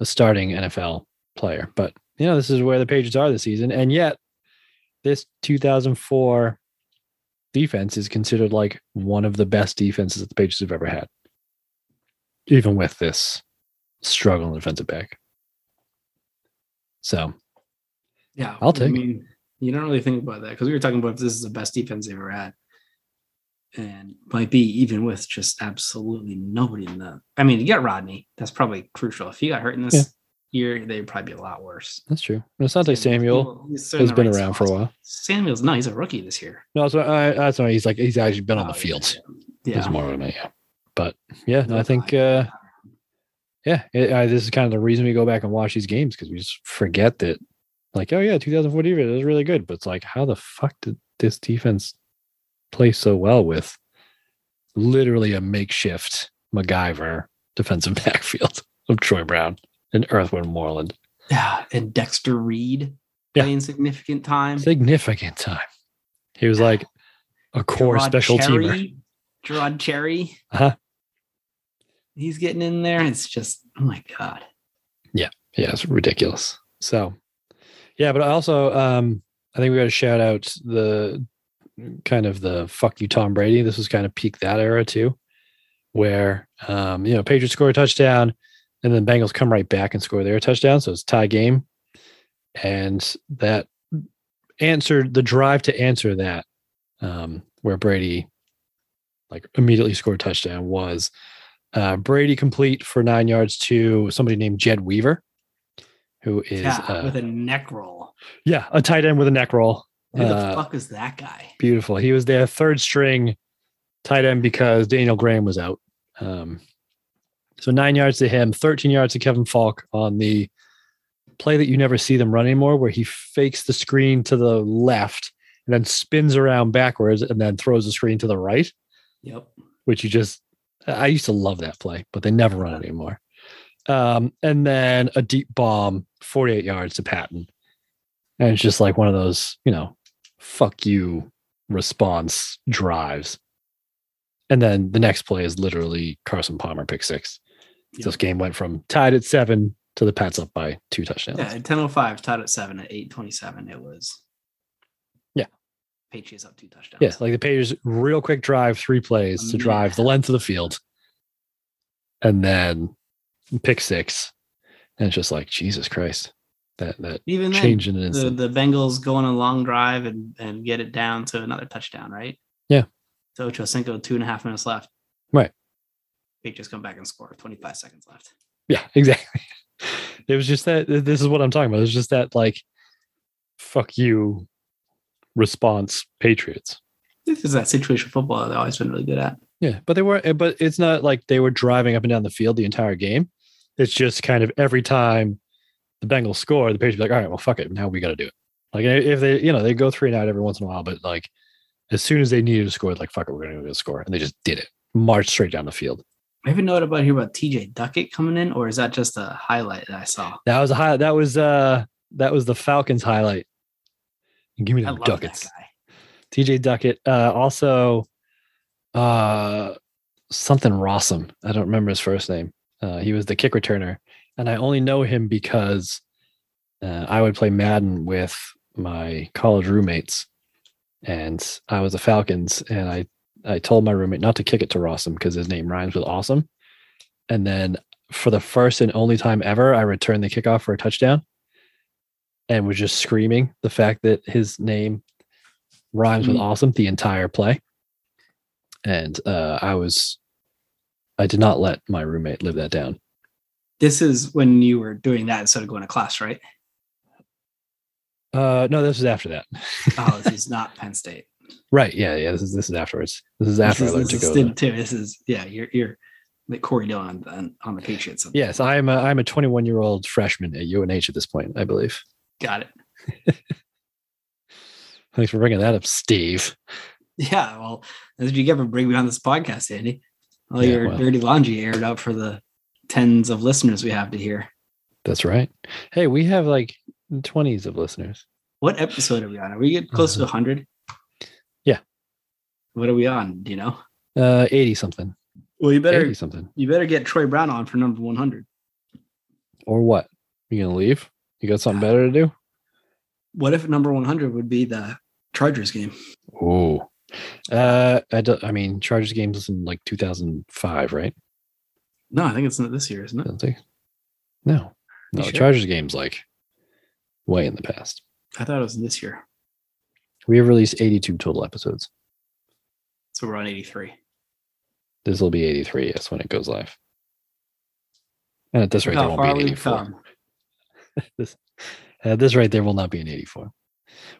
[SPEAKER 2] a starting NFL player, but you know, this is where the pages are this season. And yet this 2004 defense is considered like one of the best defenses that the Patriots have ever had, even with this struggle on the defensive back. So
[SPEAKER 3] Yeah,
[SPEAKER 2] I'll take
[SPEAKER 3] I
[SPEAKER 2] it.
[SPEAKER 3] mean, you don't really think about that because we were talking about if this is the best defense they've ever had, and might be even with just absolutely nobody in the. I mean, you got Rodney. That's probably crucial. If he got hurt in this
[SPEAKER 2] Yeah.
[SPEAKER 3] year, they'd probably be a lot worse.
[SPEAKER 2] that's true. And Asante Samuel has been around for a while.
[SPEAKER 3] Samuel's no, he's a rookie this year.
[SPEAKER 2] No, that's why. That's why he's like he's actually been on
[SPEAKER 3] Oh,
[SPEAKER 2] the
[SPEAKER 3] yeah,
[SPEAKER 2] field.
[SPEAKER 3] Yeah.
[SPEAKER 2] Is more what I mean. Yeah. But yeah, no, I think uh, yeah, it, I, this is kind of the reason we go back and watch these games because we just forget that, like, oh yeah, 2004 defense was really good, but it's like, how the fuck did this defense play so well with literally a makeshift MacGyver defensive backfield of Troy Brown and Earthwind Moreland?
[SPEAKER 3] Yeah, and Dexter Reed
[SPEAKER 2] Yeah.
[SPEAKER 3] playing significant time.
[SPEAKER 2] Significant time. He was like a core
[SPEAKER 3] Gerard
[SPEAKER 2] special
[SPEAKER 3] Cherry,
[SPEAKER 2] teamer.
[SPEAKER 3] Gerard Cherry.
[SPEAKER 2] Uh-huh.
[SPEAKER 3] He's getting in there. It's just, oh my God.
[SPEAKER 2] yeah, it's ridiculous. So, yeah, but also, um, I think we got to shout out the kind of the fuck you, Tom Brady. This was kind of peak that era too, where um, you know Patriots score a touchdown, and then Bengals come right back and score their touchdown, so it's a tie game, and that answered the drive to answer that, um, where Brady like immediately scored a touchdown was. Uh, Brady complete for nine yards to somebody named Jed Weaver, who is
[SPEAKER 3] yeah,
[SPEAKER 2] uh,
[SPEAKER 3] with a neck roll.
[SPEAKER 2] yeah, a tight end with a neck roll.
[SPEAKER 3] Who
[SPEAKER 2] uh,
[SPEAKER 3] the fuck is that guy?
[SPEAKER 2] Beautiful. He was their third string tight end because Daniel Graham was out. Um, so nine yards to him, 13 yards to Kevin Falk on the play that you never see them run anymore, where he fakes the screen to the left and then spins around backwards and then throws the screen to the right
[SPEAKER 3] Yep.
[SPEAKER 2] which you just I used to love that play, but they never run it anymore. Um, and then a deep bomb, 48 yards to Patton. And it's just like one of those, you know, fuck you response drives. And then the next play is literally Carson Palmer pick six. So This
[SPEAKER 3] Yep.
[SPEAKER 2] game went from tied at seven to the Pats up by two touchdowns.
[SPEAKER 3] Yeah, at 10.05, tied at 7 at 8.27. It was.
[SPEAKER 2] Yeah.
[SPEAKER 3] Patriots up two touchdowns.
[SPEAKER 2] Yeah, like the Patriots, real quick drive, three plays to
[SPEAKER 3] Amazing.
[SPEAKER 2] drive the length of the field, and then pick six, and it's just like Jesus Christ, that that
[SPEAKER 3] Even then,
[SPEAKER 2] change in an
[SPEAKER 3] the,
[SPEAKER 2] instant.
[SPEAKER 3] the Bengals go on a long drive and, and get it down to another touchdown, right?
[SPEAKER 2] Yeah.
[SPEAKER 3] So Ocho Cinco, two and a half minutes left.
[SPEAKER 2] Right.
[SPEAKER 3] Patriots come back and score. Twenty five seconds left.
[SPEAKER 2] Yeah, exactly. It was just that. This is what I'm talking about. It was just that like, fuck you, response Patriots.
[SPEAKER 3] This is that situation football that I've always been really good at.
[SPEAKER 2] Yeah, but they were, but it's not like they were driving up and down the field the entire game. It's just kind of every time the Bengals score, the Patriots be like, all right, well, fuck it, now we got to do it. Like eh, if they, you know, they go three and out every once in a while, but like as soon as they needed to score, like fuck it, we're going to score, and they just did it, marched straight down the field.
[SPEAKER 3] I have a note about here about TJ Duckett coming in, or is that just a highlight that I saw?
[SPEAKER 2] That was a high. That was uh, that was the Falcons highlight. Give me
[SPEAKER 3] I
[SPEAKER 2] the
[SPEAKER 3] love
[SPEAKER 2] ducats.
[SPEAKER 3] that guy.
[SPEAKER 2] TJ Duckett. Uh, also, uh, something Rossum. I don't remember his first name. Uh, he was the kick returner, and I only know him because uh, I would play Madden with my college roommates, and I was the Falcons, and I I told my roommate not to kick it to Rossum because his name rhymes with awesome, and then for the first and only time ever, I returned the kickoff for a touchdown. And was just screaming the fact that his name rhymes with
[SPEAKER 3] Mm.
[SPEAKER 2] awesome the entire play. And uh, I was, I did not let my roommate live that down.
[SPEAKER 3] This is when you were doing that instead of going to class, right?
[SPEAKER 2] Uh, no, this was after that.
[SPEAKER 3] Oh, this is not Penn State.
[SPEAKER 2] Right? Yeah, yeah. This is this is afterwards. This is
[SPEAKER 3] This
[SPEAKER 2] after
[SPEAKER 3] is,
[SPEAKER 2] I learned
[SPEAKER 3] this is
[SPEAKER 2] to go.
[SPEAKER 3] stint too. This is yeah, you're you're like Corey Dillon on, on the Patriots.
[SPEAKER 2] Yes, I am. A, I'm a 21 year old freshman at UNH at this point, I believe.
[SPEAKER 3] Got it.
[SPEAKER 2] Thanks for bringing that up, Steve.
[SPEAKER 3] Yeah, well, that's what you get for bringing me on this podcast, Andy. All
[SPEAKER 2] Yeah,
[SPEAKER 3] your
[SPEAKER 2] well.
[SPEAKER 3] dirty laundry aired out for the tens of listeners we have to hear.
[SPEAKER 2] That's right. Hey, we have like twenties of listeners.
[SPEAKER 3] What episode are we on? Are we getting close to 100?
[SPEAKER 2] Uh-huh. Yeah.
[SPEAKER 3] What are we on? Do you know?
[SPEAKER 2] Uh, eighty something,
[SPEAKER 3] Well, you better
[SPEAKER 2] eighty something,
[SPEAKER 3] you better get Troy Brown on for number 100.
[SPEAKER 2] or what? You gonna leave? You got
[SPEAKER 3] Ah.
[SPEAKER 2] something better to do?
[SPEAKER 3] What if number 100 would be the Chargers game?
[SPEAKER 2] Ooh. Uh, I, do, I mean, Chargers games is in like 2005, right?
[SPEAKER 3] No, I think it's not this year, isn't
[SPEAKER 2] I
[SPEAKER 3] it?
[SPEAKER 2] don't think. No, no,
[SPEAKER 3] sure?
[SPEAKER 2] Chargers games like way in the past.
[SPEAKER 3] I thought it was this year.
[SPEAKER 2] We have released 82 total episodes.
[SPEAKER 3] So we're on 83.
[SPEAKER 2] This will be 83. Yes, when it goes live. And at this rate, there won't be an 84. At this rate, there will not be an 84.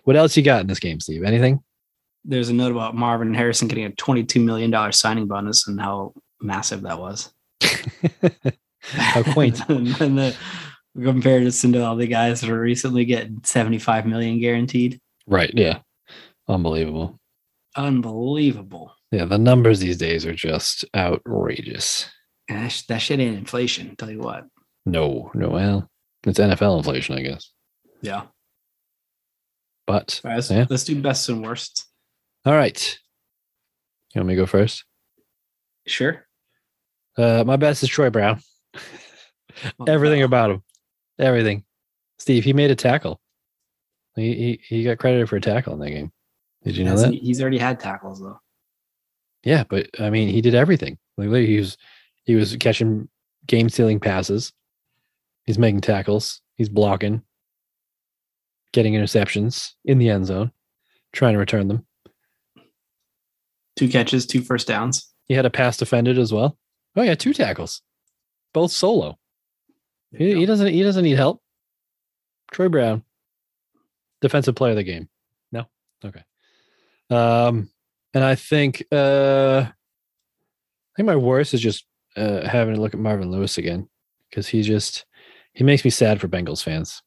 [SPEAKER 2] What else you got in this game, Steve? Anything?
[SPEAKER 3] There's a note about Marvin Harrison getting a $22 million signing bonus and how massive that was.
[SPEAKER 2] How quaint.
[SPEAKER 3] and the, comparison to all the guys that are recently getting 75 million guaranteed.
[SPEAKER 2] right. Yeah. Unbelievable.
[SPEAKER 3] Unbelievable.
[SPEAKER 2] Yeah. The numbers these days are just outrageous.
[SPEAKER 3] And that, sh- that shit ain't inflation. Tell you what.
[SPEAKER 2] No, no. Well, it's NFL inflation, I guess.
[SPEAKER 3] Yeah.
[SPEAKER 2] But
[SPEAKER 3] All right, let's,
[SPEAKER 2] Yeah.
[SPEAKER 3] let's do best and worst.
[SPEAKER 2] all right. You want me to go first?
[SPEAKER 3] Sure.
[SPEAKER 2] Uh, my best is Troy Brown.
[SPEAKER 3] uh,
[SPEAKER 2] Everything about him. Everything. Steve, he made a tackle. He, he he got credited for a tackle in that game. Did you know that?
[SPEAKER 3] He's already had tackles though.
[SPEAKER 2] Yeah, but I mean, he did everything. Like literally, he was he was catching game stealing passes. He's making tackles. He's blocking, getting interceptions in the end zone, trying to return them.
[SPEAKER 3] Two catches, two first downs.
[SPEAKER 2] He had a pass defended as well. Oh yeah, two tackles, both solo. He, he doesn't he doesn't need help. Troy Brown, defensive player of the game. No, okay. Um, and I think uh, I think my worst is just uh, having to look at Marvin Lewis again because he just he makes me sad for Bengals fans.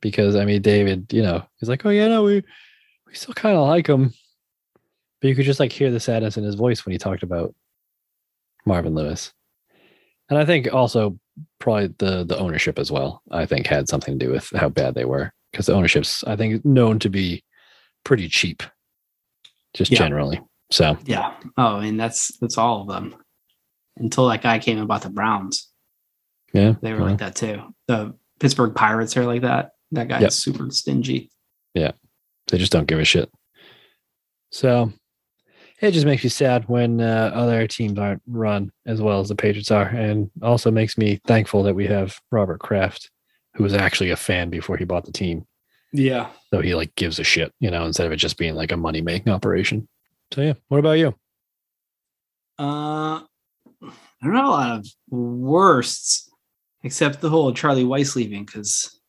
[SPEAKER 2] Because I mean, David, you know, he's like, oh yeah, no, we we still kind of like him, but you could just like hear the sadness in his voice when he talked about Marvin Lewis. And I think also probably the the ownership as well. I think had something to do with how bad they were because the ownership's I think known to be pretty cheap, just
[SPEAKER 3] Yeah.
[SPEAKER 2] generally. So
[SPEAKER 3] Yeah. Oh, and that's that's all of them. Until that guy came and bought the Browns.
[SPEAKER 2] yeah,
[SPEAKER 3] They were
[SPEAKER 2] well,
[SPEAKER 3] like that too. The Pittsburgh Pirates are like that. That guy's
[SPEAKER 2] Yep.
[SPEAKER 3] super stingy.
[SPEAKER 2] they just don't give a shit. So it just makes me sad when uh, other teams aren't run as well as the Patriots are, and also makes me thankful that we have Robert Kraft, who was actually a fan before he bought the team,
[SPEAKER 3] Yeah.
[SPEAKER 2] so he like gives a shit, you know, instead of it just being like a money making operation. So yeah, what about you?
[SPEAKER 3] Uh, I don't have a lot of worsts, except the whole Charlie Weiss leaving because,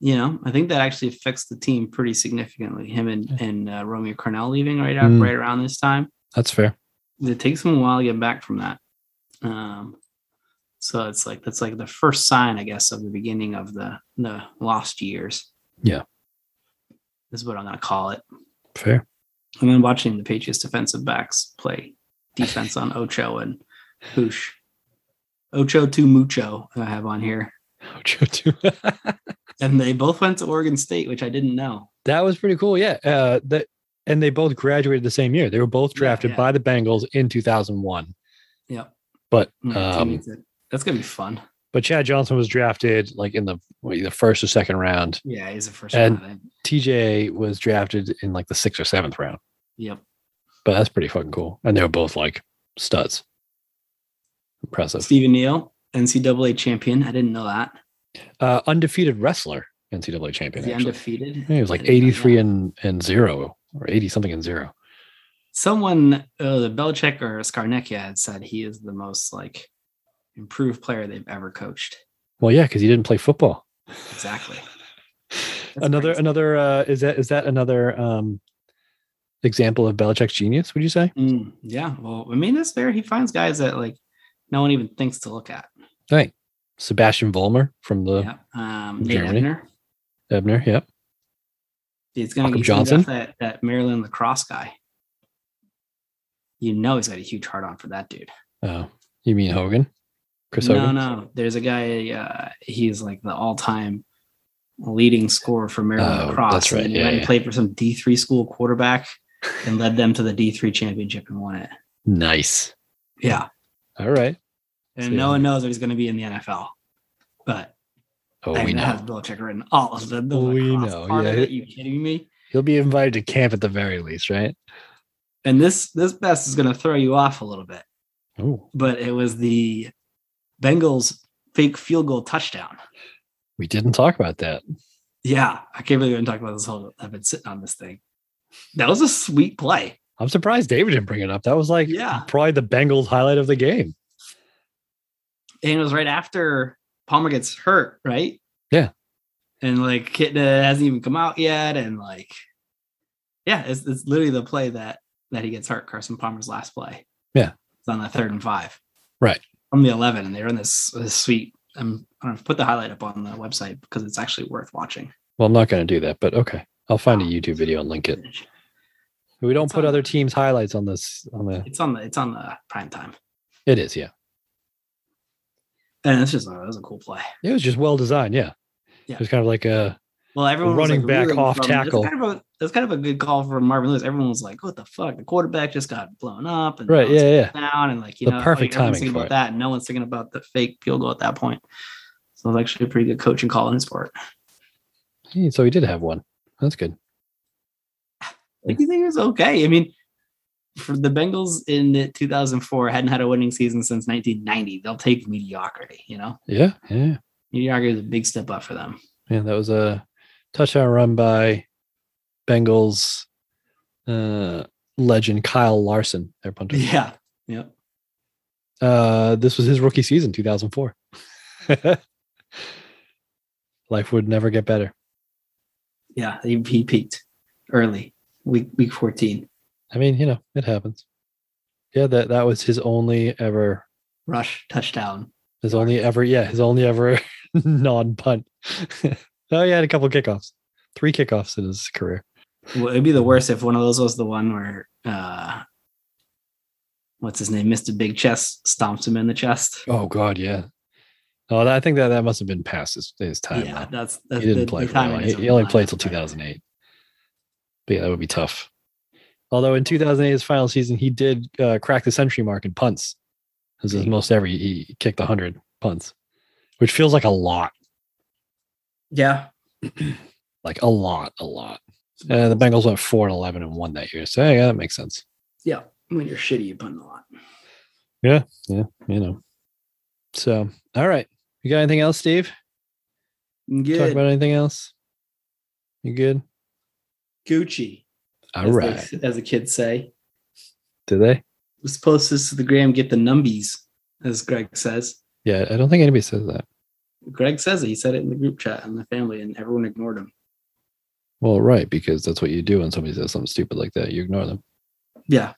[SPEAKER 3] you know, I think that actually affects the team pretty significantly. Him and and uh, Romeo Cornell leaving right out
[SPEAKER 2] Mm.
[SPEAKER 3] right around this time.
[SPEAKER 2] That's fair.
[SPEAKER 3] It takes him a while to get back from that. Um, so it's like that's like the first sign, I guess, of the beginning of the the lost years.
[SPEAKER 2] Yeah.
[SPEAKER 3] is what I'm gonna call it.
[SPEAKER 2] Fair.
[SPEAKER 3] And then watching the Patriots defensive backs play defense on Ocho and Hoosh. Ocho to Mucho, I have on here.
[SPEAKER 2] Ocho too.
[SPEAKER 3] And they both went to Oregon State, which I didn't know.
[SPEAKER 2] that was pretty cool. Yeah. Uh, that and they both graduated the same year. They were both
[SPEAKER 3] Yeah,
[SPEAKER 2] drafted
[SPEAKER 3] yeah.
[SPEAKER 2] by the Bengals in 2001.
[SPEAKER 3] Yep.
[SPEAKER 2] But
[SPEAKER 3] My
[SPEAKER 2] um,
[SPEAKER 3] teammates did. That's gonna be fun.
[SPEAKER 2] but Chad Johnson was drafted like in the what, the first or second round.
[SPEAKER 3] Yeah, he's the first
[SPEAKER 2] And-
[SPEAKER 3] round. I think.
[SPEAKER 2] TJ was drafted in like the sixth or seventh round.
[SPEAKER 3] Yep.
[SPEAKER 2] But that's pretty fucking cool. And they were both like studs. Impressive.
[SPEAKER 3] Stephen Neal, NCAA champion. I didn't know that.
[SPEAKER 2] Uh, undefeated wrestler, NCAA champion.
[SPEAKER 3] Is he
[SPEAKER 2] actually.
[SPEAKER 3] undefeated?
[SPEAKER 2] I think He was like
[SPEAKER 3] I didn't know
[SPEAKER 2] 83
[SPEAKER 3] that.
[SPEAKER 2] and, and zero or 80 something and zero.
[SPEAKER 3] Someone, uh, the Belichick or Skarnecchia had said he is the most like improved player they've ever coached.
[SPEAKER 2] Well, yeah, because he didn't play football.
[SPEAKER 3] Exactly. That's
[SPEAKER 2] another
[SPEAKER 3] crazy.
[SPEAKER 2] another uh, is that is that another um example of Belichick's genius, would you say?
[SPEAKER 3] Mm, yeah. Well, I mean, that's fair. He finds guys that like no one even thinks to look at.
[SPEAKER 2] Right. Sebastian Vollmer from the
[SPEAKER 3] Yeah. Um, Nate
[SPEAKER 2] Germany.
[SPEAKER 3] Ebner.
[SPEAKER 2] Ebner. Yep.
[SPEAKER 3] It's going to
[SPEAKER 2] Malcolm
[SPEAKER 3] be Johnson.
[SPEAKER 2] Johnson.
[SPEAKER 3] That, that Maryland lacrosse guy. You know, he's got a huge heart on for that dude.
[SPEAKER 2] Oh, you mean Hogan? Chris
[SPEAKER 3] no,
[SPEAKER 2] Hogan?
[SPEAKER 3] no. There's a guy. Uh, he's like the all-time leading scorer for Maryland
[SPEAKER 2] Oh,
[SPEAKER 3] lacrosse.
[SPEAKER 2] that's right.
[SPEAKER 3] And he
[SPEAKER 2] Yeah,
[SPEAKER 3] went and
[SPEAKER 2] yeah.
[SPEAKER 3] played for some D3 school quarterback and led them to the D3 championship and won it.
[SPEAKER 2] Nice.
[SPEAKER 3] Yeah,
[SPEAKER 2] All right.
[SPEAKER 3] and
[SPEAKER 2] See.
[SPEAKER 3] no one knows that he's going to be in the NFL, but
[SPEAKER 2] Oh,
[SPEAKER 3] I
[SPEAKER 2] we
[SPEAKER 3] mean, that
[SPEAKER 2] know.
[SPEAKER 3] has Belichick written all of the, the
[SPEAKER 2] We
[SPEAKER 3] lacrosse
[SPEAKER 2] know,
[SPEAKER 3] part of
[SPEAKER 2] yeah.
[SPEAKER 3] it. You kidding me?
[SPEAKER 2] He'll be invited to camp at the very least, right?
[SPEAKER 3] And this this best is going to throw you off a little bit,
[SPEAKER 2] Oh,
[SPEAKER 3] but it was the Bengals fake field goal touchdown.
[SPEAKER 2] we didn't talk about that.
[SPEAKER 3] Yeah, I can't believe we didn't talk about this whole. I've been sitting on this thing. That was a sweet play.
[SPEAKER 2] I'm surprised David didn't bring it up. That was like
[SPEAKER 3] Yeah.
[SPEAKER 2] probably the Bengals highlight of the game.
[SPEAKER 3] and it was right after Palmer gets hurt, right?
[SPEAKER 2] Yeah.
[SPEAKER 3] And like Kitna hasn't even come out yet, and like, yeah, it's, it's literally the play that that he gets hurt. Carson Palmer's last play.
[SPEAKER 2] Yeah.
[SPEAKER 3] it's on the third and five.
[SPEAKER 2] Right.
[SPEAKER 3] from the eleven, and they run this this sweet. I'm I don't know, put the highlight up on the website because it's actually worth watching.
[SPEAKER 2] Well, I'm not going to do that, but okay. I'll find a YouTube video and link it. We don't
[SPEAKER 3] It's
[SPEAKER 2] put
[SPEAKER 3] on-
[SPEAKER 2] other teams' highlights on this. On the
[SPEAKER 3] It's on the it's on the prime time,
[SPEAKER 2] it is, yeah.
[SPEAKER 3] and it's just oh, that was a cool play.
[SPEAKER 2] It was just well designed, yeah.
[SPEAKER 3] Yeah.
[SPEAKER 2] It was kind of like a
[SPEAKER 3] Well, everyone was,
[SPEAKER 2] running
[SPEAKER 3] like,
[SPEAKER 2] back
[SPEAKER 3] reeling
[SPEAKER 2] off
[SPEAKER 3] from- that's
[SPEAKER 2] tackle.
[SPEAKER 3] Kind of a, that's kind of a good call from Marvin Lewis. Everyone was like, "What the fuck? The quarterback just got blown up and
[SPEAKER 2] right,
[SPEAKER 3] bounced
[SPEAKER 2] yeah, yeah.
[SPEAKER 3] down," and like you
[SPEAKER 2] The
[SPEAKER 3] know,
[SPEAKER 2] perfect
[SPEAKER 3] like, everyone's
[SPEAKER 2] timing
[SPEAKER 3] thinking
[SPEAKER 2] for
[SPEAKER 3] about
[SPEAKER 2] it.
[SPEAKER 3] that, and no one's thinking about the fake field goal at that point. So it was actually a pretty good coaching call on his part.
[SPEAKER 2] Hey, So he did have one. That's good.
[SPEAKER 3] Like you think it was okay? I mean, for the Bengals in the 2004 hadn't had a winning season since 1990. They'll take mediocrity. You know,
[SPEAKER 2] Yeah, yeah,
[SPEAKER 3] mediocrity is a big step up for them.
[SPEAKER 2] yeah. That was a touchdown run by Bengals uh, legend Kyle Larson, their punter.
[SPEAKER 3] Yeah. Yep.
[SPEAKER 2] Uh, this was his rookie season, 2004. Life would never get better.
[SPEAKER 3] Yeah. He, he peaked early, week week 14.
[SPEAKER 2] I mean, you know, it happens. Yeah, that that was his only ever,
[SPEAKER 3] Rush touchdown.
[SPEAKER 2] his only ever, yeah, his only ever non-punt. oh, he had a couple kickoffs, three kickoffs in his career.
[SPEAKER 3] Well, it'd be the worst if one of those was the one where uh what's his name, Mr. Big Chest stomps him in the chest.
[SPEAKER 2] Oh God, yeah. Oh, that, I think that that must have been past his, his time.
[SPEAKER 3] yeah,
[SPEAKER 2] though.
[SPEAKER 3] that's that's
[SPEAKER 2] he didn't
[SPEAKER 3] the-
[SPEAKER 2] play
[SPEAKER 3] the
[SPEAKER 2] for that
[SPEAKER 3] timing
[SPEAKER 2] long.
[SPEAKER 3] is
[SPEAKER 2] He, he only
[SPEAKER 3] unreliable,
[SPEAKER 2] played till
[SPEAKER 3] right?
[SPEAKER 2] 2008. But yeah, that would be tough. Although in 2008, his final season, he did uh, crack the century mark in punts. This is most every he kicked 100 punts, which feels like a lot,
[SPEAKER 3] Yeah.
[SPEAKER 2] like a lot, a lot. Uh, the Bengals went four and 11 and one that year. So yeah, that makes sense.
[SPEAKER 3] Yeah. When you're shitty, you put in a lot.
[SPEAKER 2] Yeah, you know. So all right, you got anything else, Steve? Talk
[SPEAKER 3] Good
[SPEAKER 2] about anything else? You good?
[SPEAKER 3] Gucci.
[SPEAKER 2] All
[SPEAKER 3] As,
[SPEAKER 2] right.
[SPEAKER 3] the, as the kids say.
[SPEAKER 2] Did they?
[SPEAKER 3] Was post this to the gram, get the numbies, as Greg says.
[SPEAKER 2] Yeah, I don't think anybody says that.
[SPEAKER 3] Greg says it. He said it in the group chat and the family, and everyone ignored him.
[SPEAKER 2] Well, right, because that's what you do when somebody says something stupid like that. You ignore them.
[SPEAKER 3] Yeah.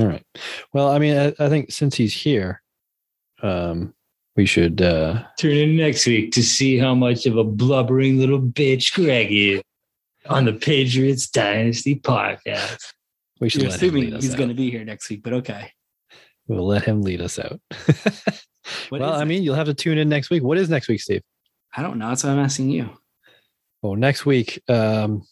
[SPEAKER 2] All right. Well, I mean, I, I think since he's here, um, we should. Uh,
[SPEAKER 5] Tune in next week to see how much of a blubbering little bitch Greg is on the Patriots Dynasty podcast.
[SPEAKER 2] we should
[SPEAKER 3] You're
[SPEAKER 2] let him lead
[SPEAKER 3] assuming
[SPEAKER 2] us
[SPEAKER 3] he's
[SPEAKER 2] out.
[SPEAKER 3] going to be here next week, but okay.
[SPEAKER 2] We'll let him lead us out.
[SPEAKER 3] What
[SPEAKER 2] well,
[SPEAKER 3] is
[SPEAKER 2] I
[SPEAKER 3] it?
[SPEAKER 2] mean, you'll have to tune in next week. What is next week, Steve?
[SPEAKER 3] I don't know. That's what I'm asking you.
[SPEAKER 2] Well, next week, um,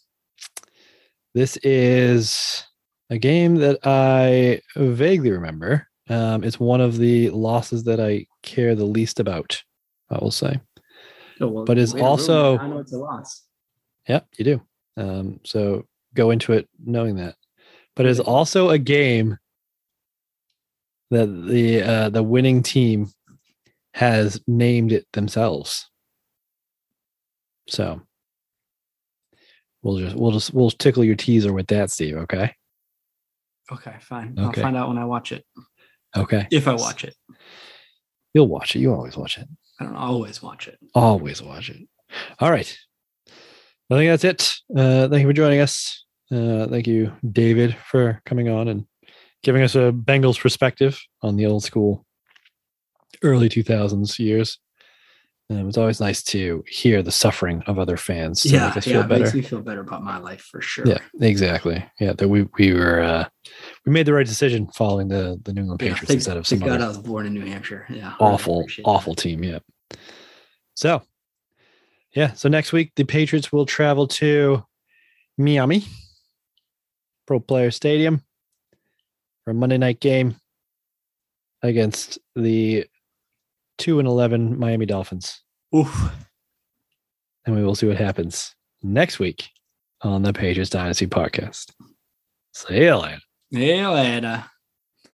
[SPEAKER 2] this is a game that I vaguely remember. Um, it's one of the losses that I care the least about. I will say.
[SPEAKER 3] Oh, well,
[SPEAKER 2] But it's
[SPEAKER 3] way to ruin
[SPEAKER 2] also-
[SPEAKER 3] it. I know it's a loss.
[SPEAKER 2] Yeah, you do. Um, so go into it knowing that. But it's also a game that the uh, the winning team has named it themselves. So we'll just we'll just we'll tickle your teaser with that, Steve. Okay.
[SPEAKER 3] Okay, fine. I'll
[SPEAKER 2] Okay.
[SPEAKER 3] find out when I watch it.
[SPEAKER 2] Okay.
[SPEAKER 3] If I watch it,
[SPEAKER 2] You'll watch it. You always watch it.
[SPEAKER 3] I don't always watch it.
[SPEAKER 2] Always watch it. All right. I think that's it. Uh, thank you for joining us. Uh, thank you, David, for coming on and giving us a Bengals perspective on the old school early 2000s years. Um, it's always nice to hear the suffering of other fans to make us feel
[SPEAKER 3] it makes
[SPEAKER 2] better.
[SPEAKER 3] me feel better about my life for sure.
[SPEAKER 2] Yeah, exactly. Yeah, that we we were uh, we made the right decision following the the New England
[SPEAKER 3] Yeah,
[SPEAKER 2] Patriots
[SPEAKER 3] thank-
[SPEAKER 2] instead of
[SPEAKER 3] thank
[SPEAKER 2] some
[SPEAKER 3] God I
[SPEAKER 2] other
[SPEAKER 3] was born in New Hampshire. Yeah. I
[SPEAKER 2] awful
[SPEAKER 3] appreciate that.
[SPEAKER 2] awful team. Yeah. So, yeah. So next week the Patriots will travel to Miami Pro Player Stadium for a Monday night game against the two and eleven Miami Dolphins.
[SPEAKER 3] Oof.
[SPEAKER 2] and we will see what happens next week on the Pages Dynasty podcast. See you later.
[SPEAKER 3] Yeah, later.